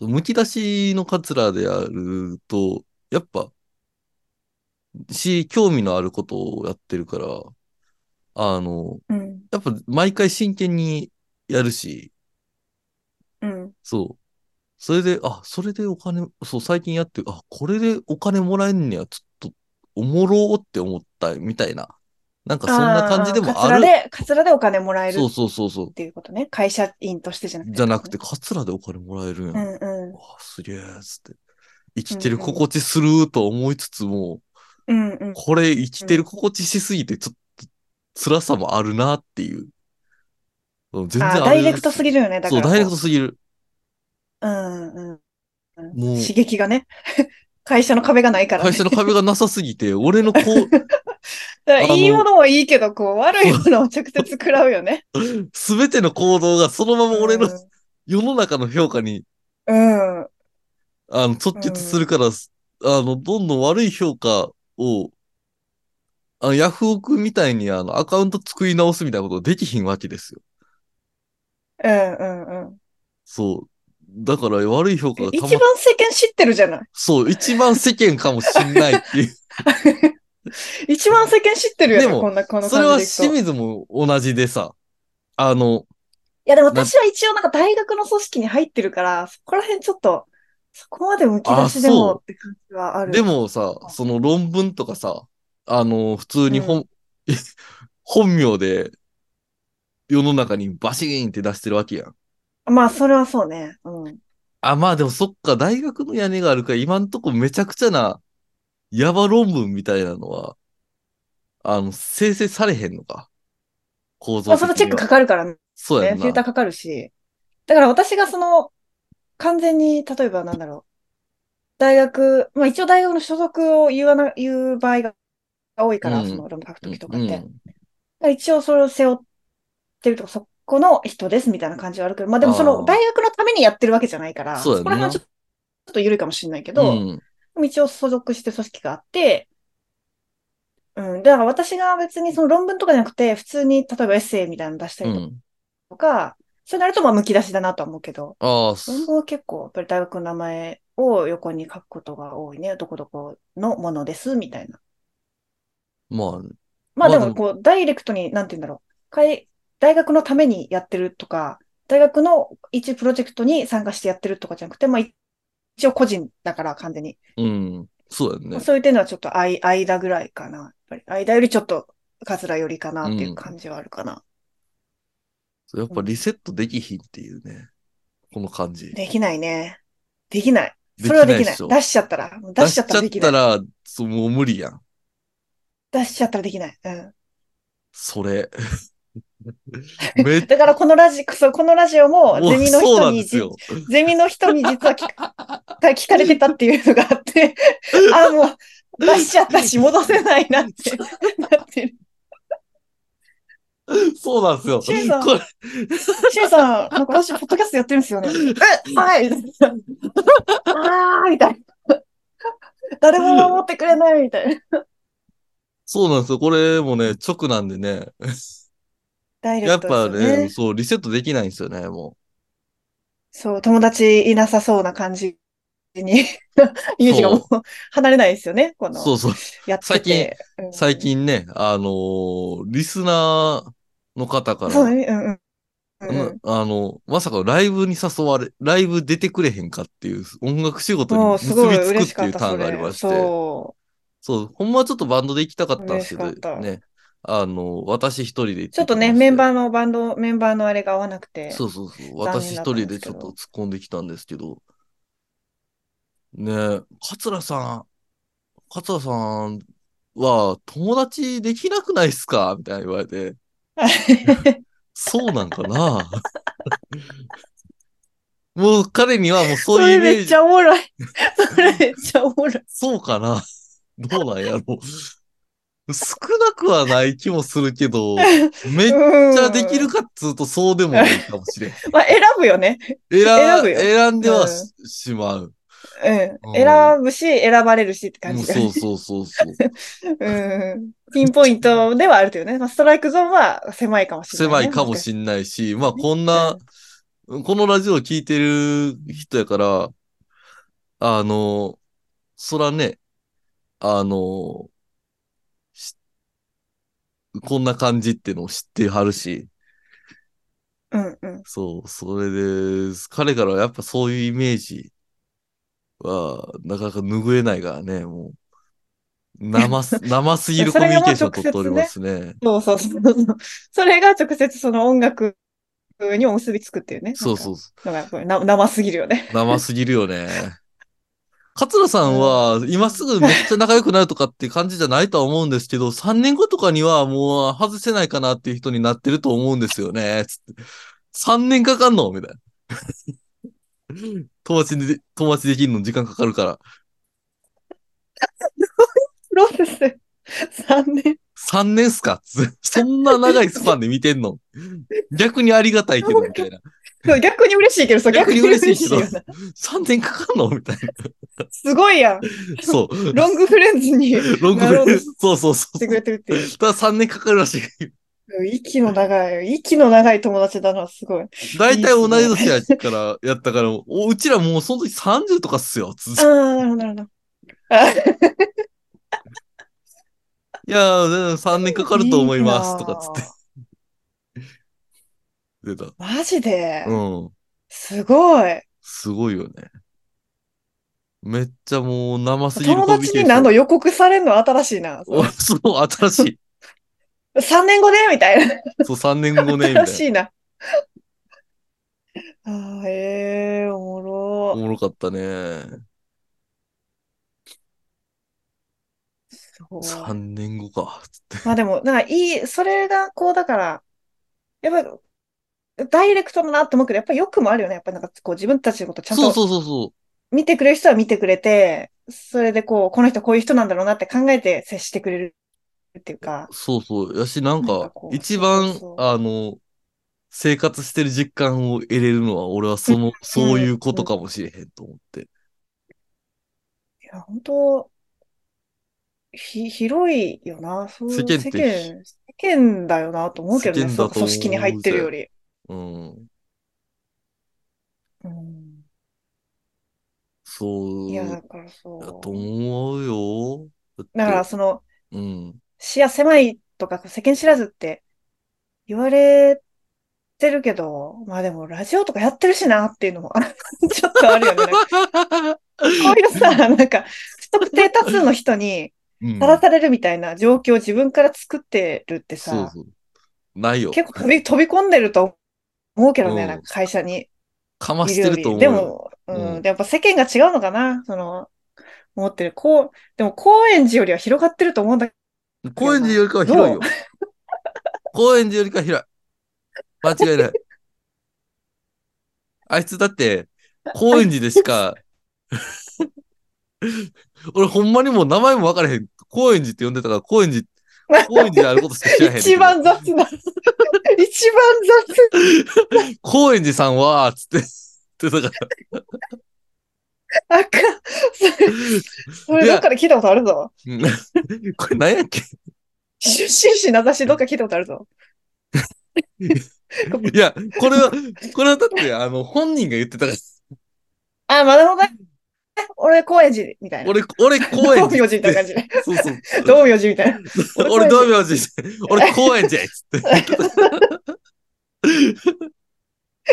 [SPEAKER 1] むき出しのカツラでやると、やっぱ、し、興味のあることをやってるから、あの、
[SPEAKER 2] うん
[SPEAKER 1] やっぱ毎回真剣にやるし、
[SPEAKER 2] うん。
[SPEAKER 1] そう。それで、あ、それでお金、そう、最近やって、あ、これでお金もらえんねや、ちょっと、おもろーって思ったみたいななんかそんな感じでもあ
[SPEAKER 2] カツラ
[SPEAKER 1] る。
[SPEAKER 2] で、カツラでお金もらえる
[SPEAKER 1] そう
[SPEAKER 2] っ
[SPEAKER 1] そうそうそう。
[SPEAKER 2] ていうことね。会社員としてじゃなくて。
[SPEAKER 1] じゃなくて、。カツラでお金もらえるんや。
[SPEAKER 2] うんんう
[SPEAKER 1] わあすげえ、つって。生きてる心地するとは思いつつも、
[SPEAKER 2] ん。うんうん。
[SPEAKER 1] これ生きてる心地しすぎて、ちょっと辛さもあるなっていう。うん全然
[SPEAKER 2] あ
[SPEAKER 1] あ
[SPEAKER 2] ー
[SPEAKER 1] る
[SPEAKER 2] ダイレクトすぎるよね。だか
[SPEAKER 1] そう、
[SPEAKER 2] らこう。
[SPEAKER 1] ダイレクトすぎる。
[SPEAKER 2] うんうんうん。
[SPEAKER 1] もう
[SPEAKER 2] 刺激がね。 会社の壁がないから、ね。
[SPEAKER 1] 会社の壁がなさすぎて、俺のこう、
[SPEAKER 2] だから
[SPEAKER 1] あの
[SPEAKER 2] いいものはいいけど、こう、悪いものを直接食らう よね。
[SPEAKER 1] すべての行動がそのまま俺の
[SPEAKER 2] うん
[SPEAKER 1] 世の中の評価に、
[SPEAKER 2] うん。
[SPEAKER 1] あの、直結するから、あの、どんどん悪い評価を、あのヤフオクみたいにあの、アカウント作り直すみたいなことできひんわけですよ。
[SPEAKER 2] うんうんうん。
[SPEAKER 1] そう。だから悪い評価が
[SPEAKER 2] 一
[SPEAKER 1] たま
[SPEAKER 2] 番、世間知ってるじゃない。
[SPEAKER 1] そう、一番世間かもしんないって いう。
[SPEAKER 2] 一番世間知ってるよね、
[SPEAKER 1] でも
[SPEAKER 2] こんな、この
[SPEAKER 1] それ
[SPEAKER 2] 感
[SPEAKER 1] は
[SPEAKER 2] じでいくと。
[SPEAKER 1] 清水も同じでさ、あの、
[SPEAKER 2] いやでも私は一応なんか大学の組織に入ってるから、そこら辺ちょっと、そこまでむき出しで
[SPEAKER 1] あ
[SPEAKER 2] も
[SPEAKER 1] そう
[SPEAKER 2] って感じはある。
[SPEAKER 1] で、もさ、その論文とかさ、あの、普通に本、 本名で世の中にバシーンって出してるわけやん。
[SPEAKER 2] まあそれはそうね。うん。
[SPEAKER 1] あ、まあでもそっか、大学の屋根があるから、今んとこめちゃくちゃな、ヤバ論文みたいなのは、あの、生成されへんのか。構造
[SPEAKER 2] まあ
[SPEAKER 1] 的
[SPEAKER 2] そ
[SPEAKER 1] には。
[SPEAKER 2] のチェックかかるからね。
[SPEAKER 1] そうやん
[SPEAKER 2] フィルタ
[SPEAKER 1] な。
[SPEAKER 2] ーかかるし。だから私がその、完全に、例えばなんだろう。大学、まあ一応大学の所属を言わな、言う場合が多いから、
[SPEAKER 1] うん
[SPEAKER 2] その論文書くときとか
[SPEAKER 1] う
[SPEAKER 2] っ
[SPEAKER 1] ん
[SPEAKER 2] て。だから一応それを背負ってるとか、そこの人ですみたいな感じはあるけど、まあでもそ
[SPEAKER 1] あ
[SPEAKER 2] の
[SPEAKER 1] ー
[SPEAKER 2] 大学のためにやってるわけじゃないから、
[SPEAKER 1] そうやんな
[SPEAKER 2] こら辺はちょっとちょっと緩いかもしれないけ
[SPEAKER 1] う
[SPEAKER 2] ど、
[SPEAKER 1] ん。うん。
[SPEAKER 2] でも一応所属して組織があって、うん、だから私が別にその論文とかじゃなくて、普通に例えばエッセイみたいなの出した
[SPEAKER 1] う
[SPEAKER 2] り
[SPEAKER 1] ん。
[SPEAKER 2] とか、そうなるとまあ剥き出しだなとは思うけど、
[SPEAKER 1] ああ、
[SPEAKER 2] 論
[SPEAKER 1] そ
[SPEAKER 2] 文は結構やっぱり大学の名前を横に書くことが多いね、どこどこのものですみたいな。
[SPEAKER 1] まあ、
[SPEAKER 2] まあ
[SPEAKER 1] ま
[SPEAKER 2] で
[SPEAKER 1] あ
[SPEAKER 2] もこう、ダイレクトに、なんて言うんだろう、かい大学のためにやってるとか、大学の一プロジェクトに参加してやってるとかじゃなくて、まあ一応個人だから完全に。
[SPEAKER 1] うん。そうやんね。
[SPEAKER 2] そういう点ではちょっとあい間ぐらいかな。やっぱり間よりちょっとカツラよりかなっていう感じはあるかな。
[SPEAKER 1] やっぱリセットできひんっていうね。この感じ。
[SPEAKER 2] できないね。できない。
[SPEAKER 1] でき
[SPEAKER 2] そ
[SPEAKER 1] ない
[SPEAKER 2] れはできな
[SPEAKER 1] っ
[SPEAKER 2] い。
[SPEAKER 1] しょ
[SPEAKER 2] 出しちゃったら、出しちゃったらできない。
[SPEAKER 1] ら、そうもう無理やん。
[SPEAKER 2] 出しちゃったらできない。うん。
[SPEAKER 1] それ。 めっち
[SPEAKER 2] だからこのラジ、そうこのラジオ も
[SPEAKER 1] ゃ、
[SPEAKER 2] ゼミの
[SPEAKER 1] そうな
[SPEAKER 2] 人
[SPEAKER 1] ん
[SPEAKER 2] に
[SPEAKER 1] で
[SPEAKER 2] じ
[SPEAKER 1] す、よ。
[SPEAKER 2] ゼミの人に実は聞か聞かれてたっていうのが あって、あ、もう出しちゃったし戻せないなってなってる。
[SPEAKER 1] そうなんですよ。
[SPEAKER 2] シュウさん
[SPEAKER 1] これ
[SPEAKER 2] シュウさん、なんか私、ポッドキャストやってるんですよね。え、はい。あーみたいな。誰も守ってくれないみたいな。
[SPEAKER 1] そうなんですよ。これもね、直なんでね。
[SPEAKER 2] ダイレ
[SPEAKER 1] やっ
[SPEAKER 2] クト
[SPEAKER 1] ぱ
[SPEAKER 2] ですよ
[SPEAKER 1] ね、
[SPEAKER 2] ね。
[SPEAKER 1] そう、リセットできないんですよね、も
[SPEAKER 2] そう、友達いなさそうな感じに、イメージがもう離れないですよね。こ
[SPEAKER 1] う。
[SPEAKER 2] の、
[SPEAKER 1] そうそう。
[SPEAKER 2] やってて。うん
[SPEAKER 1] 最。近ね、あのーリスナーの方から、
[SPEAKER 2] そうね、うんうんうんうん。
[SPEAKER 1] あの、まさかライブに誘われ、ライブ出てくれへんかっていう、音楽仕事に
[SPEAKER 2] もう
[SPEAKER 1] 結
[SPEAKER 2] すご
[SPEAKER 1] び
[SPEAKER 2] い
[SPEAKER 1] つく
[SPEAKER 2] 嬉
[SPEAKER 1] っ
[SPEAKER 2] してか
[SPEAKER 1] い
[SPEAKER 2] っ
[SPEAKER 1] う
[SPEAKER 2] た、
[SPEAKER 1] ター
[SPEAKER 2] そ
[SPEAKER 1] ンがありま
[SPEAKER 2] れ。
[SPEAKER 1] して、
[SPEAKER 2] そ
[SPEAKER 1] そう、ほんまはちょっとバンドで行きたかったんですけ
[SPEAKER 2] 嬉しか
[SPEAKER 1] ど、
[SPEAKER 2] った
[SPEAKER 1] ね、あの、私一人で行っ
[SPEAKER 2] う。
[SPEAKER 1] て
[SPEAKER 2] ちょっと
[SPEAKER 1] き
[SPEAKER 2] ね、
[SPEAKER 1] まして
[SPEAKER 2] メンバーのバンド、メンバーのあれが合わなく て。
[SPEAKER 1] そうそうそう。
[SPEAKER 2] 残
[SPEAKER 1] 私
[SPEAKER 2] 念
[SPEAKER 1] 一
[SPEAKER 2] だったん
[SPEAKER 1] 人
[SPEAKER 2] です
[SPEAKER 1] で
[SPEAKER 2] け
[SPEAKER 1] ちょ
[SPEAKER 2] ど
[SPEAKER 1] っと突っ込んできたんですけど。ねえ、桂さん、桂さんは友達できなくないっすかみたいな言われて、そうなんかなもう彼にはもう
[SPEAKER 2] そ
[SPEAKER 1] そういう
[SPEAKER 2] れ
[SPEAKER 1] イメー
[SPEAKER 2] めっ
[SPEAKER 1] ジ
[SPEAKER 2] ち、ゃおもろい。それ めっちゃおもろい。
[SPEAKER 1] そうかなどうなんやろ少なくはない気もするけど、めっちゃできるかっつうとそうでもないかもしれん。
[SPEAKER 2] うん。まあ、選ぶよね。
[SPEAKER 1] 選
[SPEAKER 2] 選ぶよ
[SPEAKER 1] 選んではし,、
[SPEAKER 2] う
[SPEAKER 1] まう。
[SPEAKER 2] う。
[SPEAKER 1] うんん
[SPEAKER 2] 選ぶし、選ばれるしって感
[SPEAKER 1] もう
[SPEAKER 2] じが。
[SPEAKER 1] そうそうそうそう。
[SPEAKER 2] うん。ピンポイントではあるけどね。まあ、ストライクゾーンは狭いかもしれな
[SPEAKER 1] 狭
[SPEAKER 2] い、ね。
[SPEAKER 1] いかも
[SPEAKER 2] れ
[SPEAKER 1] しんないし、まあこんな、このラジオを聞いてる人やから、あの、そらね、あの、しこんな感じっていうのを知ってはるし、
[SPEAKER 2] ない。うんうん。
[SPEAKER 1] そう、それで、彼からはやっぱそういうイメージは、なかなか拭えないからね、もう。生 す、生すぎるコミュニケーションを取っておりますね。
[SPEAKER 2] そうそうそうそう。 それが直接その音楽にお結びつくっていうね。。
[SPEAKER 1] そうそううそ
[SPEAKER 2] のがこれな生すぎるよね。
[SPEAKER 1] う。生すぎるよね。桂さんは、今すぐめっちゃ仲良くなるとかって感じじゃないとは思うんですけど、3年後とかにはもう外せないかなっていう人になってると思うんですよね。つって。3年かかんのみたい な。友達で、友達できるの時間かかるから。
[SPEAKER 2] プロセス3年。
[SPEAKER 1] 3年っすかつってそんな長いスパンで見てんの逆にありがたい けど、みたいな。
[SPEAKER 2] そう逆に嬉しいけどさ、
[SPEAKER 1] 逆
[SPEAKER 2] 逆
[SPEAKER 1] に
[SPEAKER 2] に
[SPEAKER 1] 嬉
[SPEAKER 2] 嬉
[SPEAKER 1] し
[SPEAKER 2] し
[SPEAKER 1] い
[SPEAKER 2] い
[SPEAKER 1] けど
[SPEAKER 2] よな。
[SPEAKER 1] 3年かかんのみたいな。
[SPEAKER 2] すごい やん。
[SPEAKER 1] そう。
[SPEAKER 2] ロングフレンズ にし
[SPEAKER 1] ロング
[SPEAKER 2] なろ
[SPEAKER 1] フレ
[SPEAKER 2] う
[SPEAKER 1] ーズ。
[SPEAKER 2] と
[SPEAKER 1] そうそうそう。
[SPEAKER 2] てくれてるっていう。
[SPEAKER 1] ただ3年かかるらしい。
[SPEAKER 2] 息の長い、息の長い友達だな、す ごい。
[SPEAKER 1] 大体同い年やから、やったから、おうちらもうその時30とかっすよ。つっ
[SPEAKER 2] あ
[SPEAKER 1] て
[SPEAKER 2] あ、なるほど、なるほど。あ
[SPEAKER 1] いやー、3年かかると思います。とかつって
[SPEAKER 2] て。
[SPEAKER 1] 出た。
[SPEAKER 2] マジで、
[SPEAKER 1] うん。
[SPEAKER 2] すごい。
[SPEAKER 1] すごいよね。めっちゃもう生すぎる
[SPEAKER 2] 友達に
[SPEAKER 1] な
[SPEAKER 2] 何度予 告されるの新しいな。
[SPEAKER 1] そう、新しい。
[SPEAKER 2] 3年後ねみたい
[SPEAKER 1] そう、3年後
[SPEAKER 2] な。
[SPEAKER 1] ね、みた
[SPEAKER 2] 新
[SPEAKER 1] い
[SPEAKER 2] し
[SPEAKER 1] な。
[SPEAKER 2] いな。あーええおも
[SPEAKER 1] お
[SPEAKER 2] ろ。
[SPEAKER 1] もろかったね。
[SPEAKER 2] すごい
[SPEAKER 1] 3年後か。つって
[SPEAKER 2] まあでも、なんかいい、それがこうだから、やっぱ、ダイレクトだなと思うけど、やっぱり良くもあるよね。やっぱなんかこう自分たちのことちゃん
[SPEAKER 1] そう
[SPEAKER 2] と
[SPEAKER 1] そうそうそ
[SPEAKER 2] 見てくれる人は見てくれて、それでこう、この人こういう人なんだろうなって考えて接してくれるっていうか
[SPEAKER 1] う。、そうそう。やし、なん
[SPEAKER 2] なん
[SPEAKER 1] か
[SPEAKER 2] かこ、う
[SPEAKER 1] 一番
[SPEAKER 2] そうそう、そう
[SPEAKER 1] あの、生活してる実感を得れるのは、俺はその、そういうことかもしれへんと思って。
[SPEAKER 2] いや、本当ひ、広いよな。そう
[SPEAKER 1] 世間って
[SPEAKER 2] 世間、世間だよなと思うけど
[SPEAKER 1] 世
[SPEAKER 2] ね。
[SPEAKER 1] 間
[SPEAKER 2] そ
[SPEAKER 1] だ
[SPEAKER 2] う
[SPEAKER 1] と思うぜ
[SPEAKER 2] 組織に入ってるより。
[SPEAKER 1] うん。
[SPEAKER 2] うん、
[SPEAKER 1] そう。
[SPEAKER 2] いや、だから
[SPEAKER 1] だ
[SPEAKER 2] そ
[SPEAKER 1] と
[SPEAKER 2] う。
[SPEAKER 1] 思うよ。
[SPEAKER 2] だから、
[SPEAKER 1] って
[SPEAKER 2] その、
[SPEAKER 1] うん。
[SPEAKER 2] 視野狭いとか、世間知らずって言われてるけど、まあでも、ラジオとかやってるしなっていうのも、 あちょっとあるよね。なんかこういうさ、なんか、不特定多数の人に
[SPEAKER 1] うん
[SPEAKER 2] さらされるみたいな状況を自分から作ってるってさ、
[SPEAKER 1] そうそう。ないよ。
[SPEAKER 2] 結構飛び飛び込んでると思うけどね、
[SPEAKER 1] うん
[SPEAKER 2] なんか会社に
[SPEAKER 1] かま
[SPEAKER 2] い
[SPEAKER 1] し
[SPEAKER 2] る
[SPEAKER 1] て
[SPEAKER 2] よ
[SPEAKER 1] ると思
[SPEAKER 2] り。
[SPEAKER 1] う
[SPEAKER 2] で
[SPEAKER 1] よ。
[SPEAKER 2] も、うん、
[SPEAKER 1] うん
[SPEAKER 2] でやっぱ世間が違うのかな、その、思ってる。こう、でも高円寺よりは広がってると思うんだけ
[SPEAKER 1] 高円寺よりかは広いよ
[SPEAKER 2] ど。
[SPEAKER 1] 高円寺よりかは広い。間違いない。あいつだって、高円寺でしか、 俺ほんまにもう名前も分からへん。高円寺って呼んでたから、高円寺、高円寺であることしか知らへんね
[SPEAKER 2] ど、
[SPEAKER 1] んけど。
[SPEAKER 2] 一番雑な、一番雑
[SPEAKER 1] 高円寺さんは、つって、つってたから、
[SPEAKER 2] な、あかん、それ、それどっかで聞いたことあるぞ。
[SPEAKER 1] うんこれ何やっけ
[SPEAKER 2] 出身地名指しどっか聞いたことあるぞ。
[SPEAKER 1] いや、これは、これはだって、あの、本人が言ってたか
[SPEAKER 2] あ、まだほどね。俺、高円寺 みたい
[SPEAKER 1] ら、
[SPEAKER 2] な。
[SPEAKER 1] 俺、俺、高円
[SPEAKER 2] 道明
[SPEAKER 1] 寺っ
[SPEAKER 2] 寺
[SPEAKER 1] て
[SPEAKER 2] みたいな感じで。
[SPEAKER 1] そうそう。
[SPEAKER 2] 道明寺みたいな。
[SPEAKER 1] 俺、
[SPEAKER 2] 俺
[SPEAKER 1] 道
[SPEAKER 2] 高
[SPEAKER 1] 明寺俺、高円寺っつっ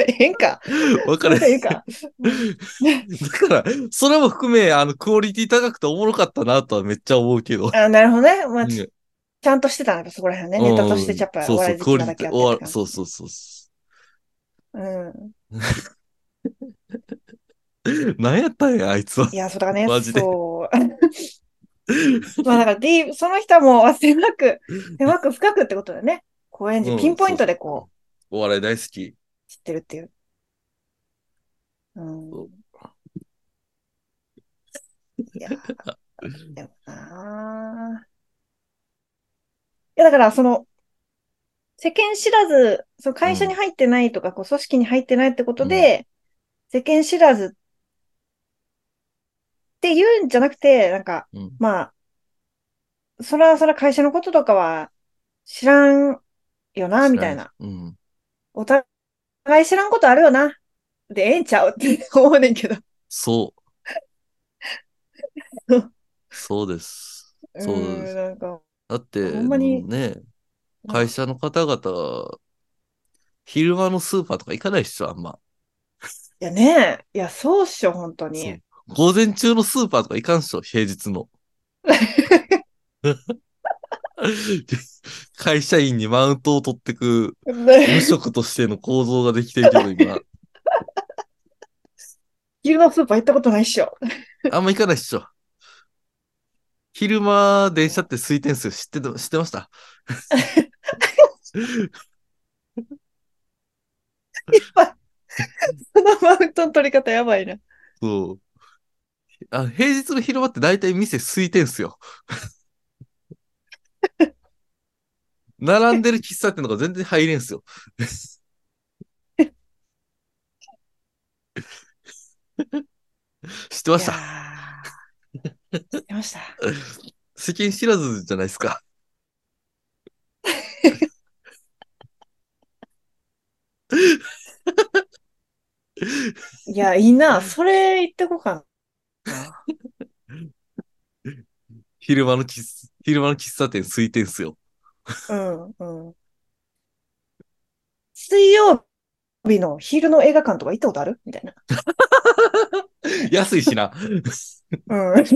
[SPEAKER 1] て。
[SPEAKER 2] 変か。
[SPEAKER 1] 分か
[SPEAKER 2] そ
[SPEAKER 1] ら
[SPEAKER 2] れ
[SPEAKER 1] へん
[SPEAKER 2] でいいか。
[SPEAKER 1] だから、それも含め、あの、クオリティ高くておもろかったなとはめっちゃ思うけど。
[SPEAKER 2] あ、なるほどね。まあ、
[SPEAKER 1] うん
[SPEAKER 2] ちゃんとしてたのやっぱそこら辺ね。ネタとしてやっぱ
[SPEAKER 1] そう
[SPEAKER 2] お
[SPEAKER 1] そう、
[SPEAKER 2] 笑い
[SPEAKER 1] ク
[SPEAKER 2] 好
[SPEAKER 1] オ
[SPEAKER 2] き
[SPEAKER 1] リ
[SPEAKER 2] な
[SPEAKER 1] テ
[SPEAKER 2] だけあ
[SPEAKER 1] ィ、
[SPEAKER 2] って
[SPEAKER 1] お
[SPEAKER 2] って感じ
[SPEAKER 1] そうそうそうそ
[SPEAKER 2] うん。
[SPEAKER 1] う。何やったんや、あいつは。
[SPEAKER 2] いや、そうだね。
[SPEAKER 1] マジで
[SPEAKER 2] そう。 まあだから D、その人はもう狭 く、狭く深くってことだよね。高円
[SPEAKER 1] う
[SPEAKER 2] 寺
[SPEAKER 1] ん
[SPEAKER 2] ピンポイントでこ
[SPEAKER 1] お笑い大好き。
[SPEAKER 2] う、知ってるっていう。うん
[SPEAKER 1] そう。
[SPEAKER 2] いや、でもなあいや、だから、その、世間知らず、その会社に入ってないとか、こう組織に入ってないってことで、世間知らずって言うんじゃなくて、なんか、
[SPEAKER 1] うん
[SPEAKER 2] まあ、そらそら会社のこととかは知らんよな、みたいな。。
[SPEAKER 1] うん。
[SPEAKER 2] お互い知らんことあるよな。で、ええんちゃうって思うねんけど。
[SPEAKER 1] そう。そうです。そうです
[SPEAKER 2] ーんなんか、
[SPEAKER 1] だって、
[SPEAKER 2] ほんまに
[SPEAKER 1] ね、会社の方々、昼間のスーパーとか行かないっしょ、あんま。
[SPEAKER 2] いやねえ、いや、そうっしょ、本当
[SPEAKER 1] そ
[SPEAKER 2] に
[SPEAKER 1] う。午前中のスーパーとか行かんっしょ、平日の。会社員にマウントを取ってく、無
[SPEAKER 2] で
[SPEAKER 1] 職としての構造ができてるけど、 今。
[SPEAKER 2] 昼のスーパー行ったことないっしょ。
[SPEAKER 1] あんま行かないっしょ。昼間、電車って水転数知ってた、知ってました
[SPEAKER 2] そのマウントの取り方やばいな。
[SPEAKER 1] そう。あ、平日の昼間って大体店空いてんす よ。並んでる喫茶店とか全然入れんす よ。知ってまし
[SPEAKER 2] い
[SPEAKER 1] た
[SPEAKER 2] やー。知ってました。
[SPEAKER 1] 世間知らずじゃないですか。
[SPEAKER 2] いや、いいな。それ言ってこうかな。
[SPEAKER 1] 昼間の喫茶昼間の喫茶店空いてんすよ。
[SPEAKER 2] うん、うん。水曜日の昼の映画館とか行ったことあるみたいな。
[SPEAKER 1] 安いしな。
[SPEAKER 2] うん。知っ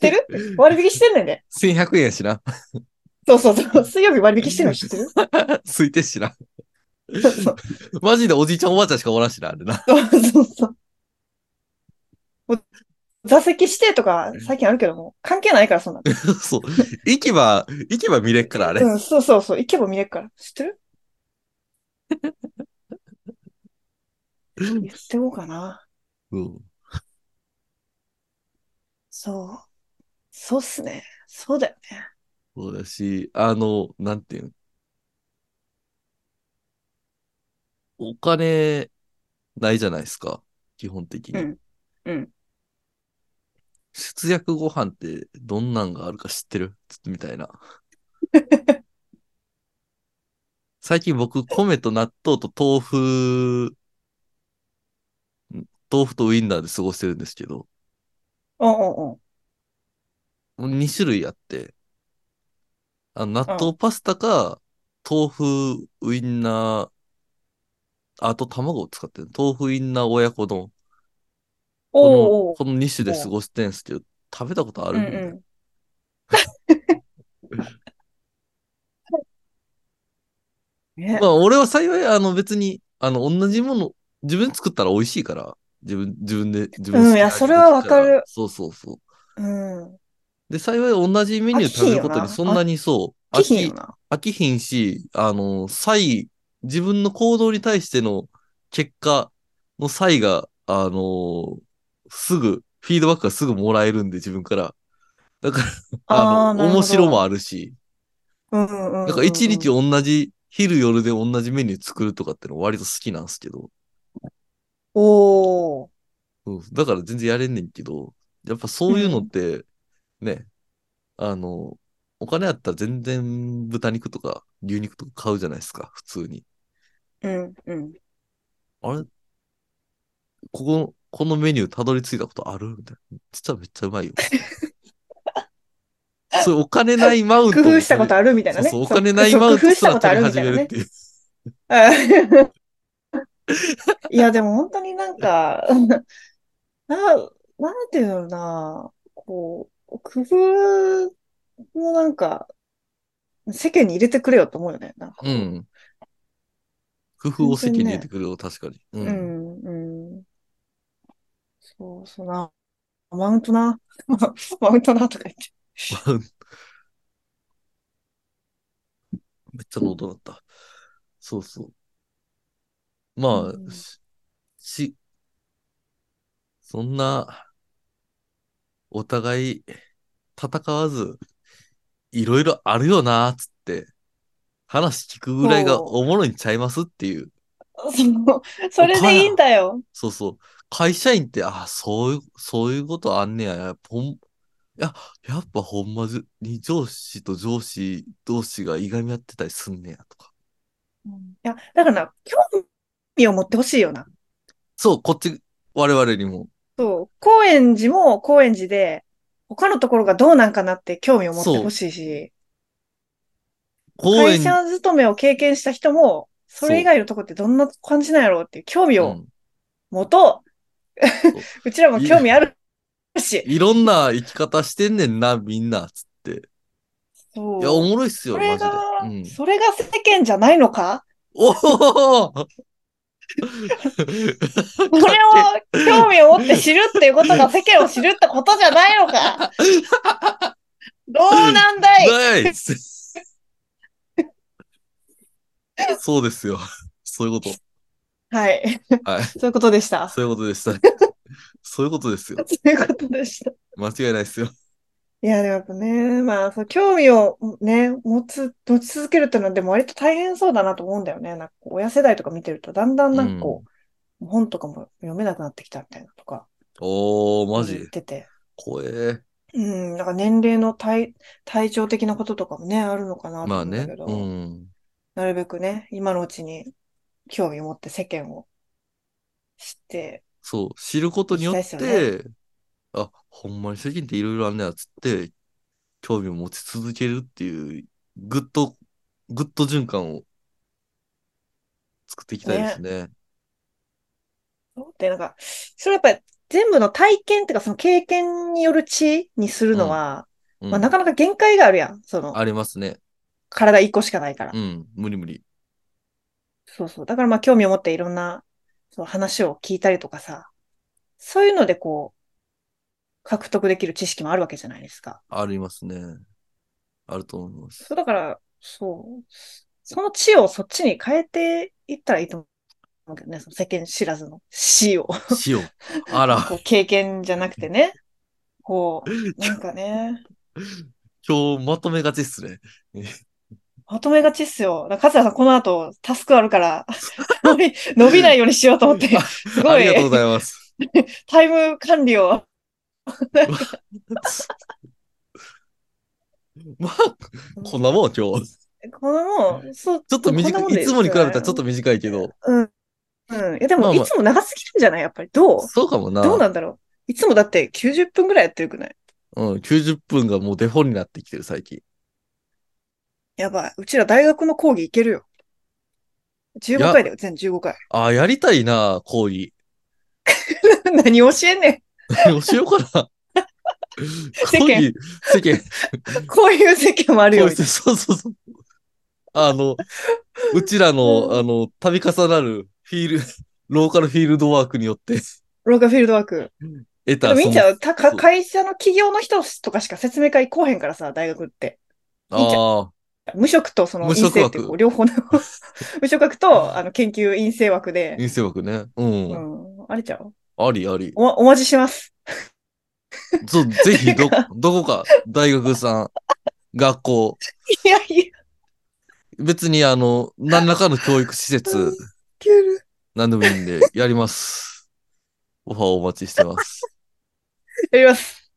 [SPEAKER 2] てる割引してんねんで。
[SPEAKER 1] 1100円やしな。
[SPEAKER 2] そうそうそう。水曜日割引してんの知 ってる
[SPEAKER 1] 空いてんしな。
[SPEAKER 2] そうそう
[SPEAKER 1] マジでおじいちゃんおばあちゃんしかおらんしな、あれな。
[SPEAKER 2] そうそうそう。もう座席指定とか最近あるけども、関係ないから、そんなの。
[SPEAKER 1] そう。行けば、行けば見れっから、あれ。
[SPEAKER 2] うん、そうそうそう。行けば見れるから。知って る言っておこうかな。
[SPEAKER 1] うん。
[SPEAKER 2] そう。そうっすね。そうだよね。
[SPEAKER 1] そうだし、あの、なんていうん。お金、ないじゃないですか。基本的に。
[SPEAKER 2] うんうん。
[SPEAKER 1] 節約ご飯ってどんなんがあるか知ってるちょっとみたい な。最近僕、米と納豆と豆腐、ん豆腐とウインナーで過ごしてるんですけど、
[SPEAKER 2] おうんうんうん。
[SPEAKER 1] 2種類あって、あの納豆パスタか、豆腐ウインナー、あと卵を使ってる、豆腐ウインナー親子丼。
[SPEAKER 2] おうおう
[SPEAKER 1] この、この2種で過ごしてるんですけど、食べたことあ
[SPEAKER 2] う
[SPEAKER 1] る
[SPEAKER 2] ん
[SPEAKER 1] み
[SPEAKER 2] う。
[SPEAKER 1] たいなん
[SPEAKER 2] ね
[SPEAKER 1] まあ、俺は幸い、あの、別に、あの、同じもの、自分作ったら美味しいから、自分、自分で、自分
[SPEAKER 2] うん
[SPEAKER 1] 好きない
[SPEAKER 2] や
[SPEAKER 1] 味
[SPEAKER 2] それはわか
[SPEAKER 1] でき
[SPEAKER 2] る
[SPEAKER 1] たらそうそうそ
[SPEAKER 2] うん。
[SPEAKER 1] う。で、幸い同じメニュー食べることに
[SPEAKER 2] 飽きひん
[SPEAKER 1] そ
[SPEAKER 2] よなん
[SPEAKER 1] なにそう、
[SPEAKER 2] 気品
[SPEAKER 1] 飽
[SPEAKER 2] よ
[SPEAKER 1] き、
[SPEAKER 2] な。
[SPEAKER 1] 飽きひんし、あの、差異、自分の行動に対しての結果の差異が、あの、すぐ、フィードバックがすぐもらえるんで、自分から。だから、
[SPEAKER 2] あー
[SPEAKER 1] あの、
[SPEAKER 2] なるほど
[SPEAKER 1] 面白もあるし、
[SPEAKER 2] うんうんうんうん。
[SPEAKER 1] なんか一日同じ、昼夜で同じメニュー作るとかっての割と好きなんですけど、
[SPEAKER 2] おお。
[SPEAKER 1] うん、だから全然やれんねんけど、やっぱそういうのって、ね、あの、お金あったら全然豚肉とか牛肉とか買うじゃないですか、普通に。
[SPEAKER 2] うんうん。
[SPEAKER 1] あれここ、このメニューたどり着いたことあるみたいな。実はめっちゃう まいよ。そういうお金ないマウント
[SPEAKER 2] 工
[SPEAKER 1] を
[SPEAKER 2] 夫したことあるみたいなね。
[SPEAKER 1] そうそう、お金ないマウン
[SPEAKER 2] そう
[SPEAKER 1] ト
[SPEAKER 2] 工夫
[SPEAKER 1] す
[SPEAKER 2] した
[SPEAKER 1] ら
[SPEAKER 2] ことあ
[SPEAKER 1] 取
[SPEAKER 2] る
[SPEAKER 1] り
[SPEAKER 2] み
[SPEAKER 1] 始
[SPEAKER 2] た
[SPEAKER 1] め
[SPEAKER 2] いな
[SPEAKER 1] るっ
[SPEAKER 2] ね。
[SPEAKER 1] ていう。
[SPEAKER 2] いや、でも本当になんか、 な、なんていうのな、こう、工夫もなんか、世間に入れてくれよと思うよね。なんか
[SPEAKER 1] う。ん。工夫を席に入れてくるよ、確かに。う。
[SPEAKER 2] うんん、うん。そう、そうな。マウントな。 マウントなとか言って。
[SPEAKER 1] めっちゃ喉だった。そうそう。ま
[SPEAKER 2] うん
[SPEAKER 1] あ、し、しそんな、お互い戦わず、いろいろあるよな、つって、話聞くぐらいが
[SPEAKER 2] そ
[SPEAKER 1] おもろいんちゃいますっていう。
[SPEAKER 2] そう、それでいいんだよ。
[SPEAKER 1] そうそう。会社員って、ああ、そういう、そういうことあんねや。やっぱほん、いや、やっぱほんまに上司と上司同士がいがみ合ってたりすんねやとか。
[SPEAKER 2] うんいや、だからな、興味を持ってほしいよな。
[SPEAKER 1] そう、こっち、我々にも。
[SPEAKER 2] そう、高円寺も高円寺で、他のところがどうなんかなって興味を持ってほしいし、
[SPEAKER 1] 公
[SPEAKER 2] 会
[SPEAKER 1] 園
[SPEAKER 2] 社勤めを経験した人も、それ以外のとこってどんな感じなんやろうっていう興味
[SPEAKER 1] う
[SPEAKER 2] を
[SPEAKER 1] ん、
[SPEAKER 2] 持とう。
[SPEAKER 1] う
[SPEAKER 2] うちらも興味あるし、
[SPEAKER 1] いろんな生き方してんねんな、みんな、つって。
[SPEAKER 2] そう。
[SPEAKER 1] いや、おもろいっすよ、
[SPEAKER 2] そ
[SPEAKER 1] マ
[SPEAKER 2] れ
[SPEAKER 1] ジ
[SPEAKER 2] が、
[SPEAKER 1] で。うん、
[SPEAKER 2] それが世間じゃないの か
[SPEAKER 1] おお
[SPEAKER 2] これを興味を持って知るっていうことが世間を知るってことじゃない のかどうなんだい
[SPEAKER 1] ナイスそうですよ。そういうこ
[SPEAKER 2] はい。
[SPEAKER 1] と。はい。
[SPEAKER 2] そういうことでした。
[SPEAKER 1] そういうことでした。そういうことですよ。
[SPEAKER 2] そういうことでした。
[SPEAKER 1] 間違いないですよ。
[SPEAKER 2] いや、でもやっぱね、まあ、そう興味をね、持つ、持ち続けるっていうのは、でも割と大変そうだなと思うんだよね。なんかこう、親世代とか見てると、だんだんなんかこう、本とかも読めなくなってきたみたいなとか、
[SPEAKER 1] おー、マ
[SPEAKER 2] 言
[SPEAKER 1] ジ
[SPEAKER 2] っ。てて。
[SPEAKER 1] 怖え。
[SPEAKER 2] うん、なんか年齢の体、体調的なこととかもね、あるのかなと
[SPEAKER 1] まあ
[SPEAKER 2] 思うんだ
[SPEAKER 1] ね
[SPEAKER 2] け。ど、
[SPEAKER 1] うん。
[SPEAKER 2] なるべくね、今のうちに興味を持って世間を知って、
[SPEAKER 1] そう、知ることによっ
[SPEAKER 2] 行きたいっす
[SPEAKER 1] て、あ、ほんまに世間っていろいろあんねやつって、興味を持ち続けるっていう、ぐっと、ぐっと循環を作っていきたいですね。
[SPEAKER 2] で、なんか、それはやっぱり全部の体験っていうか、その経験による知にするのは、
[SPEAKER 1] うん
[SPEAKER 2] まあ、なかなか限界があるやん。その、
[SPEAKER 1] ありますね。
[SPEAKER 2] 体一個しかないから。
[SPEAKER 1] うん、無理無理。
[SPEAKER 2] そうそう。だからまあ興味を持っていろんなその話を聞いたりとかさ、そういうのでこう、獲得できる知識もあるわけじゃないですか。
[SPEAKER 1] ありますね。あると思います。
[SPEAKER 2] そうだから、そう、その知をそっちに変えていったらいいと思うけどね、その世間知らずの知を。
[SPEAKER 1] しよう。あら、
[SPEAKER 2] こう経験じゃなくてね。こう、なんかね、
[SPEAKER 1] 今日まとめがちっすね。
[SPEAKER 2] まとめがちっすよ。だから桂さん、この後タスクあ るから、伸び伸びないようにしようと思って、すご
[SPEAKER 1] ありがとう
[SPEAKER 2] い
[SPEAKER 1] ござい ます。
[SPEAKER 2] タイム管理を。
[SPEAKER 1] まあ、こんなもん今日。
[SPEAKER 2] このもん、そう、
[SPEAKER 1] ちょっと短い、いつもに比べたらちょっと
[SPEAKER 2] 短
[SPEAKER 1] 短いけど、
[SPEAKER 2] うん。うん。いや、で
[SPEAKER 1] ま
[SPEAKER 2] も、
[SPEAKER 1] あまあ
[SPEAKER 2] いつも長すぎるんじゃないやっぱり。どう
[SPEAKER 1] そうかもな。
[SPEAKER 2] どうなんだろういつもだって90分ぐらいやってるくない
[SPEAKER 1] うん、90分がもうデフォになってきてる、最近。
[SPEAKER 2] やばい。うちら大学の講義いけるよ。
[SPEAKER 1] いや
[SPEAKER 2] 15回だよ、全15回。
[SPEAKER 1] ああ、やりたいな、講 義。
[SPEAKER 2] 何教えんねん。
[SPEAKER 1] 何しようかな。
[SPEAKER 2] 世間
[SPEAKER 1] 講義、世間。
[SPEAKER 2] こういう世間もあるよ。
[SPEAKER 1] そうそうそう。あの、うちら
[SPEAKER 2] うん
[SPEAKER 1] の、あの、度重なるフィール、ローカルフィールドワークによって
[SPEAKER 2] ローカフィールドワーク。
[SPEAKER 1] 得
[SPEAKER 2] で
[SPEAKER 1] た。
[SPEAKER 2] もいいんち
[SPEAKER 1] その
[SPEAKER 2] ゃうたか会社の企業の人とかしか説明会来おへんからさ、大学って。いいんちゃ
[SPEAKER 1] ああ、
[SPEAKER 2] 無職とその
[SPEAKER 1] 無
[SPEAKER 2] 陰
[SPEAKER 1] 職
[SPEAKER 2] 性っ
[SPEAKER 1] 枠
[SPEAKER 2] ていうこう両方 の無職枠とあの研究陰性枠で、
[SPEAKER 1] 陰性枠ね。うん。
[SPEAKER 2] うん、あれちゃう
[SPEAKER 1] ありあり。
[SPEAKER 2] おお待ちします。
[SPEAKER 1] そう、ぜひ、 ど
[SPEAKER 2] てか、
[SPEAKER 1] どこか、大学さん、学校、
[SPEAKER 2] いやいや、い
[SPEAKER 1] 別に、あの、何らかの教育施設、
[SPEAKER 2] ける。
[SPEAKER 1] 何でもいいんで、やり ます。オファーお待ちしてます。
[SPEAKER 2] やります。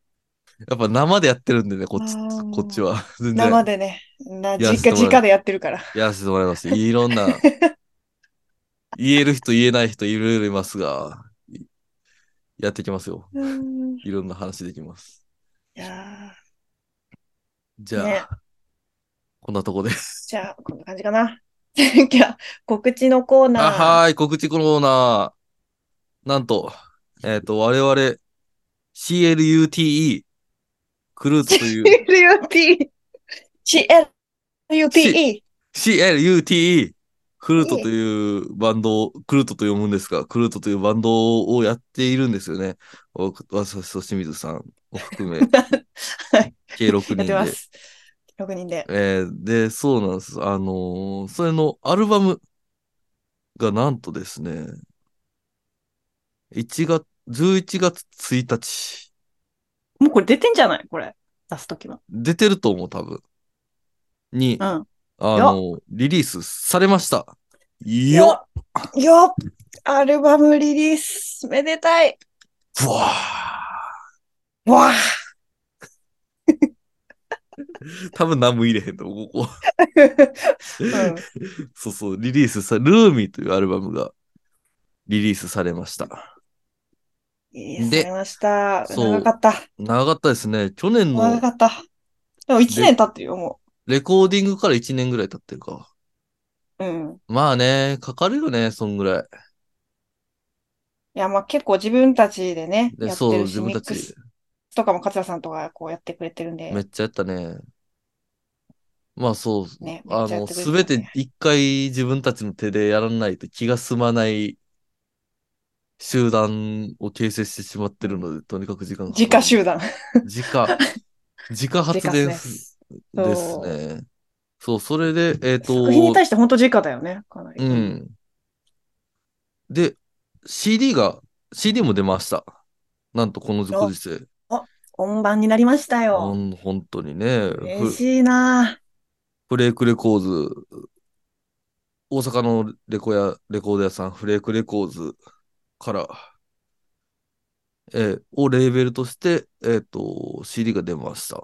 [SPEAKER 1] やっぱ生でやってるんでね、こっち
[SPEAKER 2] あ、ー
[SPEAKER 1] こっちは。全然。
[SPEAKER 2] 生でね、な
[SPEAKER 1] やら
[SPEAKER 2] 実
[SPEAKER 1] せて
[SPEAKER 2] 家、
[SPEAKER 1] もらう
[SPEAKER 2] 実家でやってるから。
[SPEAKER 1] やらせてもらいます。いろ んな、言える人言えない人いろいろいますが、いやってきますよ。
[SPEAKER 2] うんい
[SPEAKER 1] いろんな話できます。
[SPEAKER 2] や
[SPEAKER 1] じゃあ、
[SPEAKER 2] ね
[SPEAKER 1] こんなとこで。
[SPEAKER 2] ーじゃあ、こんな感じかな。 じゃあ、告知のコー
[SPEAKER 1] あ、
[SPEAKER 2] ナー。
[SPEAKER 1] はーい、告知コーナー。なんと、えっ、と、我々、CLUTE、クルーツという、
[SPEAKER 2] CLUT。CLUTE。
[SPEAKER 1] CLUTE、クルートというバンドを、クルートと読むんですが、クルートというバンドをやっているんですよね。わ私と清水さんを含め、
[SPEAKER 2] はい
[SPEAKER 1] 計6人
[SPEAKER 2] やってま
[SPEAKER 1] で。
[SPEAKER 2] す。6人で。
[SPEAKER 1] えーで、そうなんです。あのーそれのアルバムがなんとですね、1月、11月1日、
[SPEAKER 2] もうこれ出てんじゃないこれ。出すときは。
[SPEAKER 1] 出てると思う、多分。に、
[SPEAKER 2] う
[SPEAKER 1] あ
[SPEAKER 2] ん。
[SPEAKER 1] のーリリースされました。よっ
[SPEAKER 2] よっよっアルバムリリースめでたい
[SPEAKER 1] ぶわ
[SPEAKER 2] わあ
[SPEAKER 1] ー多分何も入れへんと思う、 ここ。
[SPEAKER 2] うん
[SPEAKER 1] そうそう、リリースさ、ルーミーというアルバムがリリースされました。
[SPEAKER 2] リリース
[SPEAKER 1] で
[SPEAKER 2] されました。
[SPEAKER 1] そう
[SPEAKER 2] 長かった。
[SPEAKER 1] 長かったですね。去年
[SPEAKER 2] 長
[SPEAKER 1] の
[SPEAKER 2] かった。でも1年経ってるよ、も
[SPEAKER 1] レコーディングから1年ぐらい経ってるか。
[SPEAKER 2] う。うん。
[SPEAKER 1] まあね、かかるよね、そんぐらい。
[SPEAKER 2] いや、まあ結構自分たちでね、
[SPEAKER 1] で、
[SPEAKER 2] やっ
[SPEAKER 1] そう、
[SPEAKER 2] てる
[SPEAKER 1] 自
[SPEAKER 2] し、
[SPEAKER 1] 分
[SPEAKER 2] ミ
[SPEAKER 1] た
[SPEAKER 2] ック
[SPEAKER 1] ち
[SPEAKER 2] スとかも桂さんとかこうやってくれてるんで
[SPEAKER 1] め、っちゃやったね。まあそう、
[SPEAKER 2] ね。め
[SPEAKER 1] あ
[SPEAKER 2] っちゃや
[SPEAKER 1] の、
[SPEAKER 2] ってくれ
[SPEAKER 1] す
[SPEAKER 2] て
[SPEAKER 1] べ
[SPEAKER 2] た
[SPEAKER 1] て
[SPEAKER 2] ね
[SPEAKER 1] 一回自分たちの手でやらないと気が済まない集団を形成してしまってるので、とにかく時間がかか
[SPEAKER 2] 自
[SPEAKER 1] る
[SPEAKER 2] 家集団。
[SPEAKER 1] 自家、自家発電す
[SPEAKER 2] 自家
[SPEAKER 1] で
[SPEAKER 2] 発
[SPEAKER 1] す
[SPEAKER 2] 電
[SPEAKER 1] ね。そう、それで、えっ、
[SPEAKER 2] 作品に
[SPEAKER 1] と、
[SPEAKER 2] 対して本当自家だよね。かなり。
[SPEAKER 1] うん。で、CD が、CD も出ました。なんとこのご時世。
[SPEAKER 2] 本番になりました
[SPEAKER 1] ほ
[SPEAKER 2] よ。
[SPEAKER 1] ん本当にね。
[SPEAKER 2] 嬉
[SPEAKER 1] ふ
[SPEAKER 2] しいな
[SPEAKER 1] フレークレコーズ、大阪のレコや、レコード屋さん、フレークレコーズから、えーをレーベルとして、えっ、と、CD が出ました。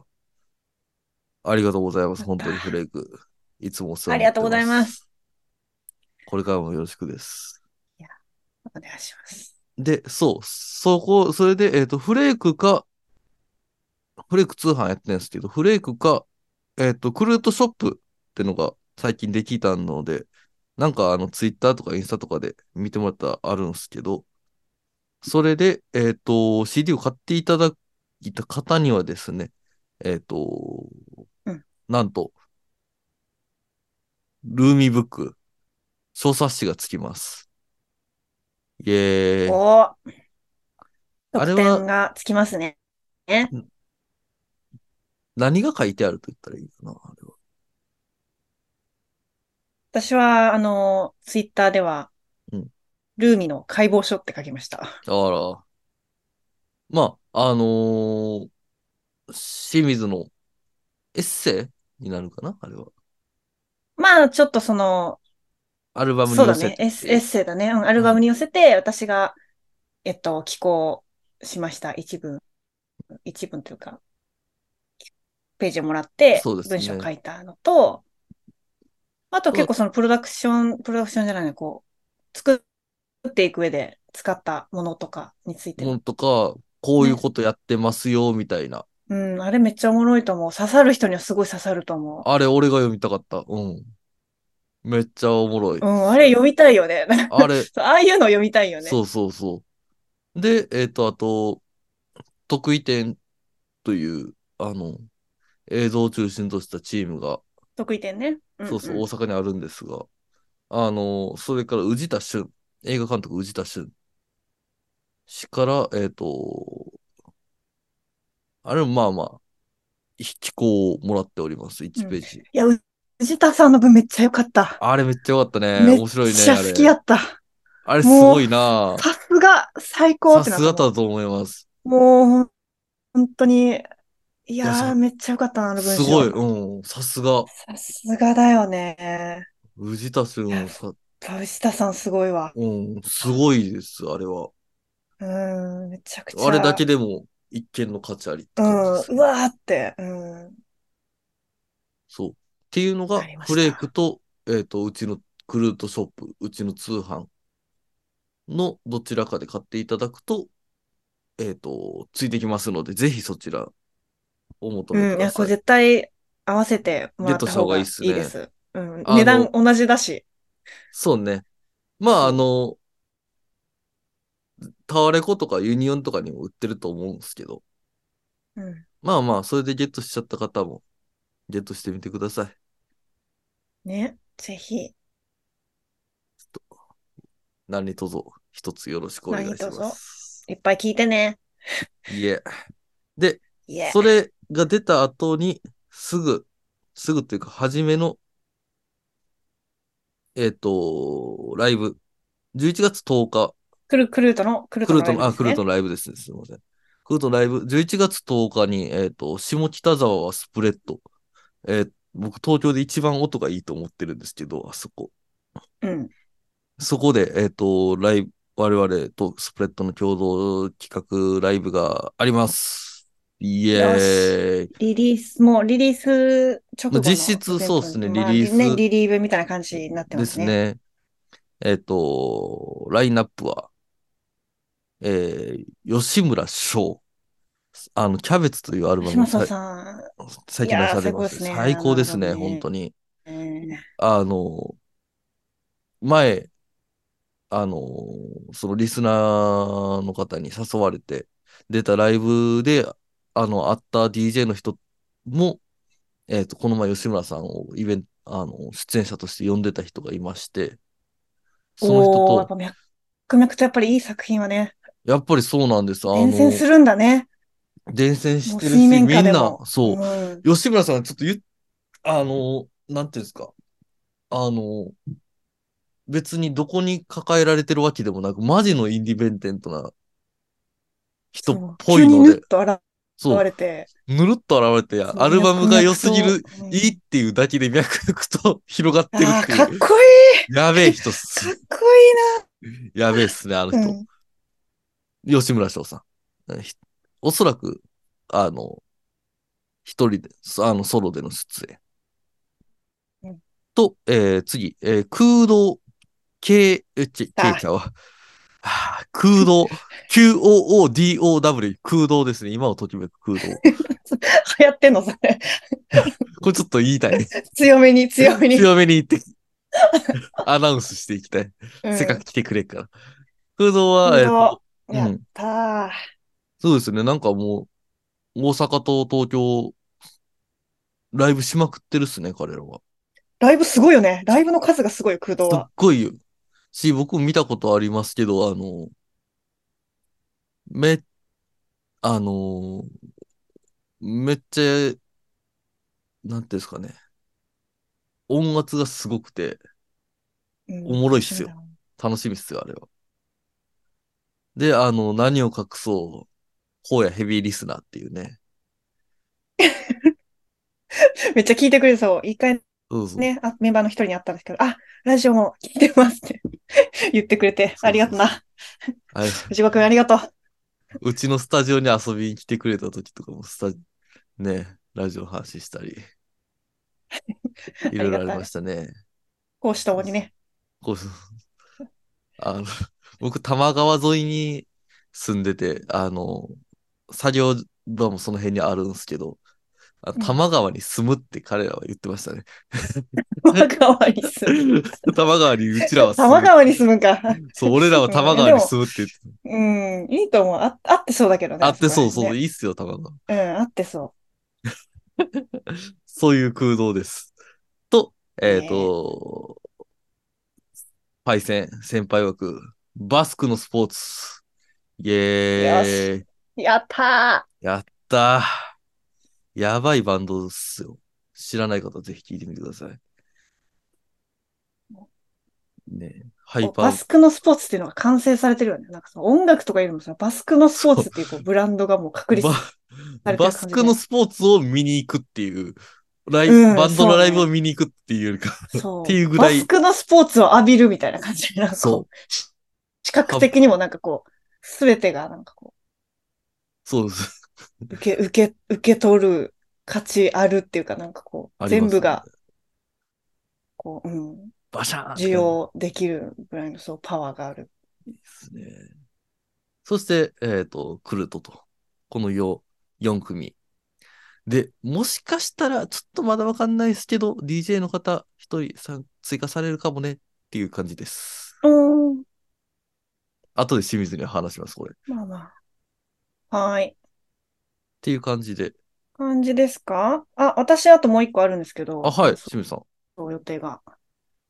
[SPEAKER 1] ありがとうございます。
[SPEAKER 2] やっ
[SPEAKER 1] 本
[SPEAKER 2] た
[SPEAKER 1] 当にフレーク。いつもお世
[SPEAKER 2] あ
[SPEAKER 1] 話
[SPEAKER 2] り
[SPEAKER 1] にな
[SPEAKER 2] が
[SPEAKER 1] って
[SPEAKER 2] とうございま。す。
[SPEAKER 1] これからもよろしくです。
[SPEAKER 2] お願いします。
[SPEAKER 1] で、そう、そこ、それで、えっ、と、フレークか、フレーク通販やってるんですけど、フレークか、えっ、と、クルートショップってのが最近できたので、なんかあの、ツイッターとかインスタとかで見てもらったらあるんですけど、それで、えっ、と、CD を買っていただいた方にはですね、えっ、と、
[SPEAKER 2] うん
[SPEAKER 1] なんと、ルーミーブック、小冊子がつきます。イェーイ。
[SPEAKER 2] おー
[SPEAKER 1] あれは
[SPEAKER 2] 得点がつきますね。ね
[SPEAKER 1] 何が書いてあると言ったらいいかな、あれは。
[SPEAKER 2] 私は、あの、ツイッターでは
[SPEAKER 1] うん、
[SPEAKER 2] ルーミの解剖書って書きました。
[SPEAKER 1] だから、まあ、あのー清水のエッセイになるかな、あれは。
[SPEAKER 2] まあ、ちょっとその、
[SPEAKER 1] アルバムに
[SPEAKER 2] そう
[SPEAKER 1] 寄
[SPEAKER 2] だ
[SPEAKER 1] せ
[SPEAKER 2] ね、
[SPEAKER 1] て。
[SPEAKER 2] エッエッセイだね。うんアルバムに寄せて、私が、えっと、寄稿しました。一文。一文というか、ページをもらって、
[SPEAKER 1] そうですね
[SPEAKER 2] 文章を書いたのと、あと結構そのプロダクション、プロダクションじゃないね、こう、作っていく上で使ったものとかについて
[SPEAKER 1] もんとか、こういうことやってますよ、みたいな。
[SPEAKER 2] うん、あれめっちゃおもろいと思う。刺さる人にはすごい刺さると思
[SPEAKER 1] あれ、俺が読みたかった。うん。めっちゃおもろい。
[SPEAKER 2] う。うん、あれ読みたいよね。
[SPEAKER 1] あれ、
[SPEAKER 2] そうああいうの読みたいよね。
[SPEAKER 1] そうそうそう。で、えっ、と、あと、得意点という、あの、映像を中心としたチームが
[SPEAKER 2] 得意点ね。ん
[SPEAKER 1] そうそう、
[SPEAKER 2] ん
[SPEAKER 1] 大阪にあるんですが、あの、それから宇治田俊、映画監督宇治田俊氏から、えっ、と、あれもまあまあ、寄稿をもらっております、1ページ。
[SPEAKER 2] いや、う藤田さんの分めっちゃ良かった。
[SPEAKER 1] あれめっちゃよかったね。
[SPEAKER 2] め
[SPEAKER 1] 面白い
[SPEAKER 2] っ
[SPEAKER 1] ね。
[SPEAKER 2] ちゃ
[SPEAKER 1] あれ
[SPEAKER 2] 好きやった。
[SPEAKER 1] あれすごいな
[SPEAKER 2] さすが、最高
[SPEAKER 1] さ
[SPEAKER 2] ってな
[SPEAKER 1] す
[SPEAKER 2] っ
[SPEAKER 1] が
[SPEAKER 2] た
[SPEAKER 1] だ
[SPEAKER 2] も
[SPEAKER 1] と思います。
[SPEAKER 2] ん。もう、本当に、い
[SPEAKER 1] いや
[SPEAKER 2] や
[SPEAKER 1] そ
[SPEAKER 2] ー、
[SPEAKER 1] う
[SPEAKER 2] めっちゃ良かったな、あの文
[SPEAKER 1] す
[SPEAKER 2] 章。
[SPEAKER 1] ごい、うん、さすが。
[SPEAKER 2] さすがだよね。
[SPEAKER 1] 宇治田俊もさ、
[SPEAKER 2] 藤田さんすごいわ。
[SPEAKER 1] うん、すごいです、あれは。
[SPEAKER 2] うん、めちゃくちゃ。
[SPEAKER 1] あれだけでも一見の価値ありって
[SPEAKER 2] うん、
[SPEAKER 1] 感じ
[SPEAKER 2] う
[SPEAKER 1] ですね、
[SPEAKER 2] わーって。うん。
[SPEAKER 1] そう。っていうの
[SPEAKER 2] わ
[SPEAKER 1] が
[SPEAKER 2] かり、ました
[SPEAKER 1] フレークと、えっ、と、うちのクルートショップ、うちの通販のどちらかで買っていただくと、えっ、と、ついてきますので、ぜひそちらお求め
[SPEAKER 2] う
[SPEAKER 1] く
[SPEAKER 2] ん、い
[SPEAKER 1] だ
[SPEAKER 2] や、こ
[SPEAKER 1] さ
[SPEAKER 2] れ
[SPEAKER 1] い。
[SPEAKER 2] 絶対合わせてもらった方がい
[SPEAKER 1] ゲットした方がい
[SPEAKER 2] い
[SPEAKER 1] い
[SPEAKER 2] で
[SPEAKER 1] っす
[SPEAKER 2] す。うん、
[SPEAKER 1] あの
[SPEAKER 2] 値段同じだし。
[SPEAKER 1] そうね。まあ、あの、タワレコとかユニオンとかにも売ってると思うんですけど、
[SPEAKER 2] うん、
[SPEAKER 1] まあまあ、それでゲットしちゃった方も、ゲットしてみてください。
[SPEAKER 2] ね、ぜひ。
[SPEAKER 1] 何卒一つよろしくお願いし
[SPEAKER 2] 何
[SPEAKER 1] ま
[SPEAKER 2] 卒
[SPEAKER 1] す。
[SPEAKER 2] いっぱい聞いてね。
[SPEAKER 1] いえ。で、
[SPEAKER 2] いえ。
[SPEAKER 1] それが出た後に、すぐ、すぐというか、初めの、えっ、と、ライブ。11月10日、
[SPEAKER 2] クル、クルートの、クルー
[SPEAKER 1] ク
[SPEAKER 2] ト
[SPEAKER 1] ルートの、
[SPEAKER 2] のライ
[SPEAKER 1] あ、
[SPEAKER 2] ブです
[SPEAKER 1] クルー
[SPEAKER 2] ね
[SPEAKER 1] トのライブですね。すみません。クルートのライブ、11月10日に、えっ、と、下北沢はスプレッド。えー僕、東京で一番音がいいと思ってるんですけど、あそこ。
[SPEAKER 2] うん。
[SPEAKER 1] そこで、えっ、と、ライブ、我々とスプレッドの共同企画ライブがあります。イエーイ。
[SPEAKER 2] リリース、もうリリース直後の
[SPEAKER 1] 実質
[SPEAKER 2] イベント
[SPEAKER 1] そうっすね
[SPEAKER 2] まあ
[SPEAKER 1] リリース
[SPEAKER 2] ね、リリーブみたいな感じになってま
[SPEAKER 1] ですす
[SPEAKER 2] ね。
[SPEAKER 1] ね。えっ、と、ラインナップは、えー、吉村翔。あの、キャベツというアルバ
[SPEAKER 2] 橋
[SPEAKER 1] ム
[SPEAKER 2] 本
[SPEAKER 1] をさい
[SPEAKER 2] さん、
[SPEAKER 1] 最近出さ
[SPEAKER 2] いや
[SPEAKER 1] れ
[SPEAKER 2] ー
[SPEAKER 1] まして、最
[SPEAKER 2] 最
[SPEAKER 1] 高
[SPEAKER 2] 高
[SPEAKER 1] で
[SPEAKER 2] ですす
[SPEAKER 1] ね、
[SPEAKER 2] ね
[SPEAKER 1] 本当に。
[SPEAKER 2] うん
[SPEAKER 1] あの、前、あの、そのリスナーの方に誘われて、出たライブで、あの、会った DJ の人も、えっ、と、この前吉村さんをイベント、あの、出演者として呼んでた人がいまして、その人
[SPEAKER 2] おーやっ
[SPEAKER 1] と、
[SPEAKER 2] ぱ脈々とやっぱりいい作品はね、
[SPEAKER 1] やっぱりそうなんです。あの
[SPEAKER 2] 伝、染するんだね。
[SPEAKER 1] 伝染し
[SPEAKER 2] もう
[SPEAKER 1] てるし、
[SPEAKER 2] 水
[SPEAKER 1] みん
[SPEAKER 2] 面下で
[SPEAKER 1] な
[SPEAKER 2] も。、
[SPEAKER 1] そう、
[SPEAKER 2] うん
[SPEAKER 1] 吉村さんはちょっと言っあの、なんていうんですか。あの、別にどこに抱えられてるわけでもなく、マジのインディペンデントな人っぽい
[SPEAKER 2] 急に
[SPEAKER 1] の
[SPEAKER 2] ぬっ
[SPEAKER 1] で、
[SPEAKER 2] と現
[SPEAKER 1] そう、
[SPEAKER 2] れて、
[SPEAKER 1] ぬるっと現れて、アルバムが良すぎる、
[SPEAKER 2] うん
[SPEAKER 1] いいっていうだけで脈々と 広がってる
[SPEAKER 2] あ
[SPEAKER 1] っ
[SPEAKER 2] あ、
[SPEAKER 1] て
[SPEAKER 2] かっ
[SPEAKER 1] いう。
[SPEAKER 2] こい
[SPEAKER 1] やべえ人っ
[SPEAKER 2] いか
[SPEAKER 1] す。
[SPEAKER 2] っこ
[SPEAKER 1] やべえっすね、あの
[SPEAKER 2] いい
[SPEAKER 1] 人。
[SPEAKER 2] な、うん
[SPEAKER 1] 吉村翔さん。ひおそらく、あの、一人で、そあの、ソロでの出
[SPEAKER 2] う
[SPEAKER 1] 演
[SPEAKER 2] ん。
[SPEAKER 1] と、えー次、えー空洞、K、え、ち、
[SPEAKER 2] あ
[SPEAKER 1] K ちゃうわ。はあ空 洞、QOODOW、空洞ですね。今をときめく空洞。
[SPEAKER 2] 流行ってんのそれ。
[SPEAKER 1] これちょっと言いたい。
[SPEAKER 2] 強めに、 強めに。
[SPEAKER 1] 強めに言 って、アナウンスしていきたい。
[SPEAKER 2] うん
[SPEAKER 1] せっかく来てくれっから。空洞は、えっ、
[SPEAKER 2] 空
[SPEAKER 1] と
[SPEAKER 2] 洞、
[SPEAKER 1] うん
[SPEAKER 2] やったー。
[SPEAKER 1] そうですね。なんかもう、大阪と東京、ライブしまくってるっすね、彼らは。
[SPEAKER 2] ライブすごいよね。ライブの数がすごい、空洞
[SPEAKER 1] すっ
[SPEAKER 2] は。
[SPEAKER 1] ごいよ。し、僕も見たことありますけど、あの、め、あの、めっちゃ、なんていうんですかね。音圧がすごくて、
[SPEAKER 2] うん
[SPEAKER 1] おもろいっすよ。楽しみっすよ、あれは。で、あの、何を隠そう、荒野ヘビーリスナーっていうね。
[SPEAKER 2] めっちゃ聞いてくれそう。一回
[SPEAKER 1] そうそう。
[SPEAKER 2] ね、あメンバーの一人に会ったんですけど、あ、ラジオも聞いてますって 言ってくれて、ありがとな。
[SPEAKER 1] あれ
[SPEAKER 2] 藤子くんありがとう。
[SPEAKER 1] うちのスタジオに遊びに来てくれた時とかも、スタ、ね、ラジオの話した り、いろいろありましたね。
[SPEAKER 2] 講師とも にね。
[SPEAKER 1] こう、あの、僕、多摩川沿いに住んでて、あの、作業場もその辺にあるんですけど、あ
[SPEAKER 2] うん
[SPEAKER 1] 多摩川に住むって彼らは言ってま したね。
[SPEAKER 2] 多摩川に住む。
[SPEAKER 1] 多摩川にうちら
[SPEAKER 2] 多
[SPEAKER 1] は住む。
[SPEAKER 2] 摩川に住むか。
[SPEAKER 1] そう、俺らは多摩川に住むって言ってた
[SPEAKER 2] うん、いいと思う。あ、合ってそうだけどね。
[SPEAKER 1] あってそうそう、
[SPEAKER 2] こ
[SPEAKER 1] いいっすよ、多摩川。
[SPEAKER 2] ら辺ねうん、合ってそ
[SPEAKER 1] そういう空洞です。と、えっ、と、パイセン先輩枠、バスクのスポーツ。イェーイ。
[SPEAKER 2] う。やった
[SPEAKER 1] やったー。やばいバンドっすよ。知らない方ぜひ聞いてみてください。ねえハ
[SPEAKER 2] ー
[SPEAKER 1] イ
[SPEAKER 2] こうバ
[SPEAKER 1] パー、
[SPEAKER 2] スクのスポーツっていうのが完成されてるよね。なんかその音楽とかよりもさ、バスクのスポーツっていうこうブランドがもう確立されて
[SPEAKER 1] バ
[SPEAKER 2] る感
[SPEAKER 1] バ
[SPEAKER 2] じ
[SPEAKER 1] スクのスポーツを見に行くっていう、ライブ
[SPEAKER 2] うん
[SPEAKER 1] バンド
[SPEAKER 2] そ
[SPEAKER 1] の
[SPEAKER 2] うね
[SPEAKER 1] ライブを見に行くっていうよりか、
[SPEAKER 2] そう
[SPEAKER 1] っていうぐらい
[SPEAKER 2] バスクのスポーツを浴びるみたいな感じで、なんか
[SPEAKER 1] そ
[SPEAKER 2] こう、し視覚的にもなんかこう、すべてがなんかこ
[SPEAKER 1] そうです。
[SPEAKER 2] う、受け、受け、受け取る価値あるっていうか、なんかこ
[SPEAKER 1] あ
[SPEAKER 2] う、
[SPEAKER 1] り
[SPEAKER 2] 全
[SPEAKER 1] ます
[SPEAKER 2] 部が、こう、うん、
[SPEAKER 1] バシャーンって
[SPEAKER 2] 受容できるぐらいのそう、パワーがある。
[SPEAKER 1] ですね。そして、えっ、と、クルトと、このよ4組。で、もしかしたら、ちょっとまだわかんないですけど、DJ の方、1人さん追加されるかもねっていう感じです。
[SPEAKER 2] うん、
[SPEAKER 1] 後で清水には話します、これ。っ
[SPEAKER 2] まあまあ。はーい。
[SPEAKER 1] ていう感じで。
[SPEAKER 2] 感じですかあ、私、あともう一個あるんですけど、
[SPEAKER 1] あ、はい、
[SPEAKER 2] そ
[SPEAKER 1] 清 水さん。
[SPEAKER 2] う予定が。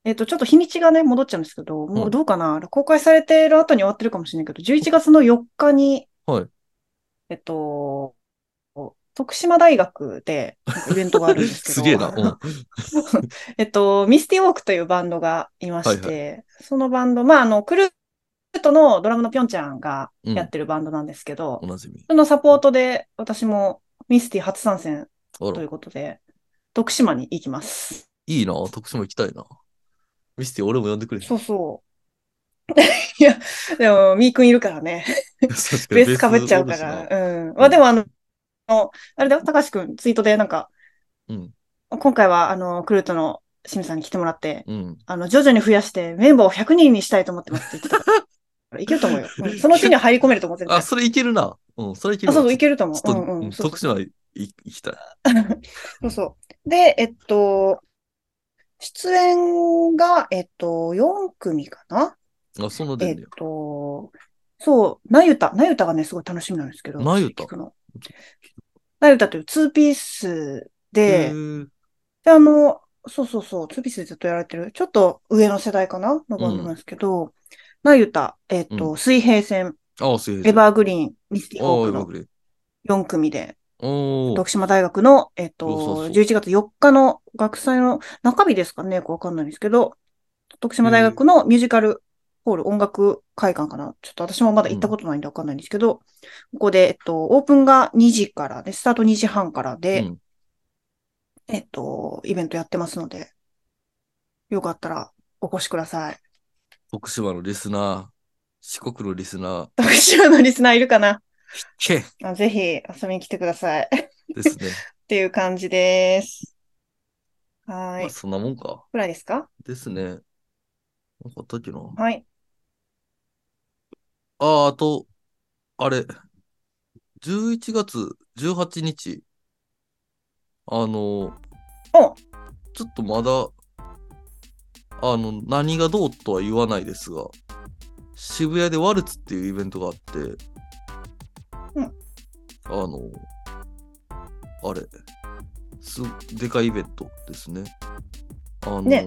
[SPEAKER 2] えっと、ちょっと日にちがね、戻っちゃうんですけど、も
[SPEAKER 1] は
[SPEAKER 2] う
[SPEAKER 1] い
[SPEAKER 2] どうかな、公開されてる後に終わってるかもしれないけど、11月の4日に、
[SPEAKER 1] はい。
[SPEAKER 2] えっと、徳島大学でなんかイベントがあるんですけど、
[SPEAKER 1] すげえな。うん。
[SPEAKER 2] えっと、ミスティウォークというバンドがいまして、そのバンド、まあ、あの、クルートのドラムのぴょんちゃんが
[SPEAKER 1] うん
[SPEAKER 2] やってるバンドなんですけど、
[SPEAKER 1] おなじみ。
[SPEAKER 2] そのサポートで私もミスティ初参戦
[SPEAKER 1] あ
[SPEAKER 2] とい
[SPEAKER 1] ら
[SPEAKER 2] う、ことで、徳島に行きます。
[SPEAKER 1] いいな。徳島行きたいな。ミスティ、俺も呼んでくれ。
[SPEAKER 2] そうそう。い や、でも、みーくんいるからね。
[SPEAKER 1] 確か
[SPEAKER 2] ベ
[SPEAKER 1] に
[SPEAKER 2] ース かぶっちゃうか
[SPEAKER 1] ベースおるし
[SPEAKER 2] ら。うん。まあでも、あの、あれだよ、高橋くん、ツイートでなんか、
[SPEAKER 1] なうん。
[SPEAKER 2] 今回は、あの、クルートの清水さんに来てもらって、
[SPEAKER 1] うん。
[SPEAKER 2] あの、徐々に増やして、メンバーを100人にしたいと思ってますって言って たから。いけると思うよ。うんそのうちには入り込めると思ってる。
[SPEAKER 1] あ、
[SPEAKER 2] あ、そ
[SPEAKER 1] それいけるな。うん、それいける
[SPEAKER 2] う
[SPEAKER 1] わ
[SPEAKER 2] そう、いけると思
[SPEAKER 1] ち
[SPEAKER 2] う。
[SPEAKER 1] ょっ
[SPEAKER 2] う
[SPEAKER 1] と、
[SPEAKER 2] ん
[SPEAKER 1] う
[SPEAKER 2] うんん。そう
[SPEAKER 1] 徳島い行きたい。
[SPEAKER 2] そうそう。で、えっと、出演が、えっと、4組かな
[SPEAKER 1] あ、その
[SPEAKER 2] え
[SPEAKER 1] 出んね
[SPEAKER 2] っと、そう、なゆた、なゆたがね、すごい楽しみなんですけど、
[SPEAKER 1] なゆた
[SPEAKER 2] 聞くのなゆたというツーピースで、
[SPEAKER 1] ー
[SPEAKER 2] で、あの、そうそうそう、ツビスでずっとやられてる、ちょっと上の世代かなの番組なんですけど、なゆた、えっと、水平線、
[SPEAKER 1] ああ、すげえ。
[SPEAKER 2] エバーグリーン、ミスティ
[SPEAKER 1] あ
[SPEAKER 2] ホ
[SPEAKER 1] あ、
[SPEAKER 2] ー
[SPEAKER 1] エ
[SPEAKER 2] ク
[SPEAKER 1] バー
[SPEAKER 2] の
[SPEAKER 1] グリーン。
[SPEAKER 2] 4組で、
[SPEAKER 1] おー
[SPEAKER 2] 徳島大学の、えっ
[SPEAKER 1] そうそうそう
[SPEAKER 2] と、11月4日の学祭の中日ですかね、よくわかんないんですけど、徳島大学のミュージカルホール音楽会館かな。ちょっと私もまだ行ったことないんでわかんないんですけど、ここで、えっと、オープンが2時からで、スタート2時半からで、
[SPEAKER 1] うん
[SPEAKER 2] えっと、イベントやってますので、よかったらお越しください。
[SPEAKER 1] 徳島のリスナー、四国のリスナ
[SPEAKER 2] 徳島のリスナーいるかな
[SPEAKER 1] ー、
[SPEAKER 2] あぜひ遊びに来てください。
[SPEAKER 1] で
[SPEAKER 2] っ
[SPEAKER 1] すね。
[SPEAKER 2] ていう感じです。はー
[SPEAKER 1] まあ、
[SPEAKER 2] い。
[SPEAKER 1] そんなもんか。
[SPEAKER 2] くらいですか
[SPEAKER 1] ですね。なんかあったっけな。
[SPEAKER 2] はい。
[SPEAKER 1] ああ、あと、あれ、11月18日、あの、
[SPEAKER 2] お
[SPEAKER 1] ちょっとまだ、あの、何がどうとは言わないですが、渋谷でワルツっていうイベントがあって、
[SPEAKER 2] うん
[SPEAKER 1] あの、あれ、す、でかいイベントですね。あの、
[SPEAKER 2] ね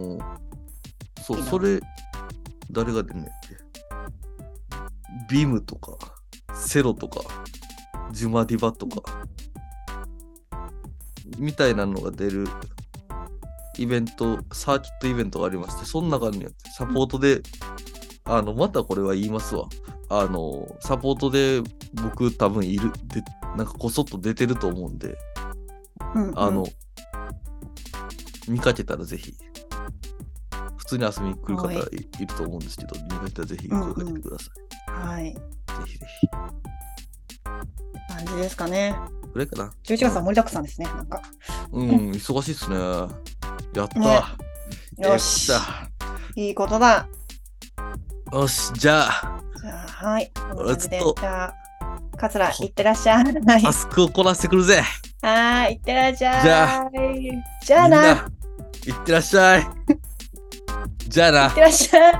[SPEAKER 1] そ、
[SPEAKER 2] いういな
[SPEAKER 1] それ、誰が出んねんって。ビムとか、セロとか、ジュマディバとか、みたいなのが出るイベント、サーキットイベントがありまして、その中にサポートで、あの、またこれは言いますわ。あの、サポートで僕多分いる、で、なんかこそっと出てると思うんで、
[SPEAKER 2] うんうん
[SPEAKER 1] あの、見かけたらぜひ、普通に遊びに来る方
[SPEAKER 2] はい
[SPEAKER 1] いいると思うんですけど、見かけたらぜひ声かけてください。
[SPEAKER 2] はい。
[SPEAKER 1] ぜひぜひ。
[SPEAKER 2] 感じですかね。
[SPEAKER 1] ぐらいかな。
[SPEAKER 2] 11月は盛りだくさんですね。なんか。
[SPEAKER 1] うん、忙しいっすね。やった。
[SPEAKER 2] ね
[SPEAKER 1] や
[SPEAKER 2] よ
[SPEAKER 1] っ
[SPEAKER 2] し。
[SPEAKER 1] た。
[SPEAKER 2] いいことだ。
[SPEAKER 1] よし、じゃあ、
[SPEAKER 2] じゃあ、はい。こんな感じで
[SPEAKER 1] ずっと
[SPEAKER 2] じゃあ、カツラ、いってらっしゃい。 はい。
[SPEAKER 1] タスクをこなしてくるぜ。
[SPEAKER 2] はい、いってらっしゃい。
[SPEAKER 1] じゃ
[SPEAKER 2] あ、じゃあ
[SPEAKER 1] みん
[SPEAKER 2] な。い
[SPEAKER 1] な、いってらっしゃい。じゃあな
[SPEAKER 2] っ。てらっしゃい。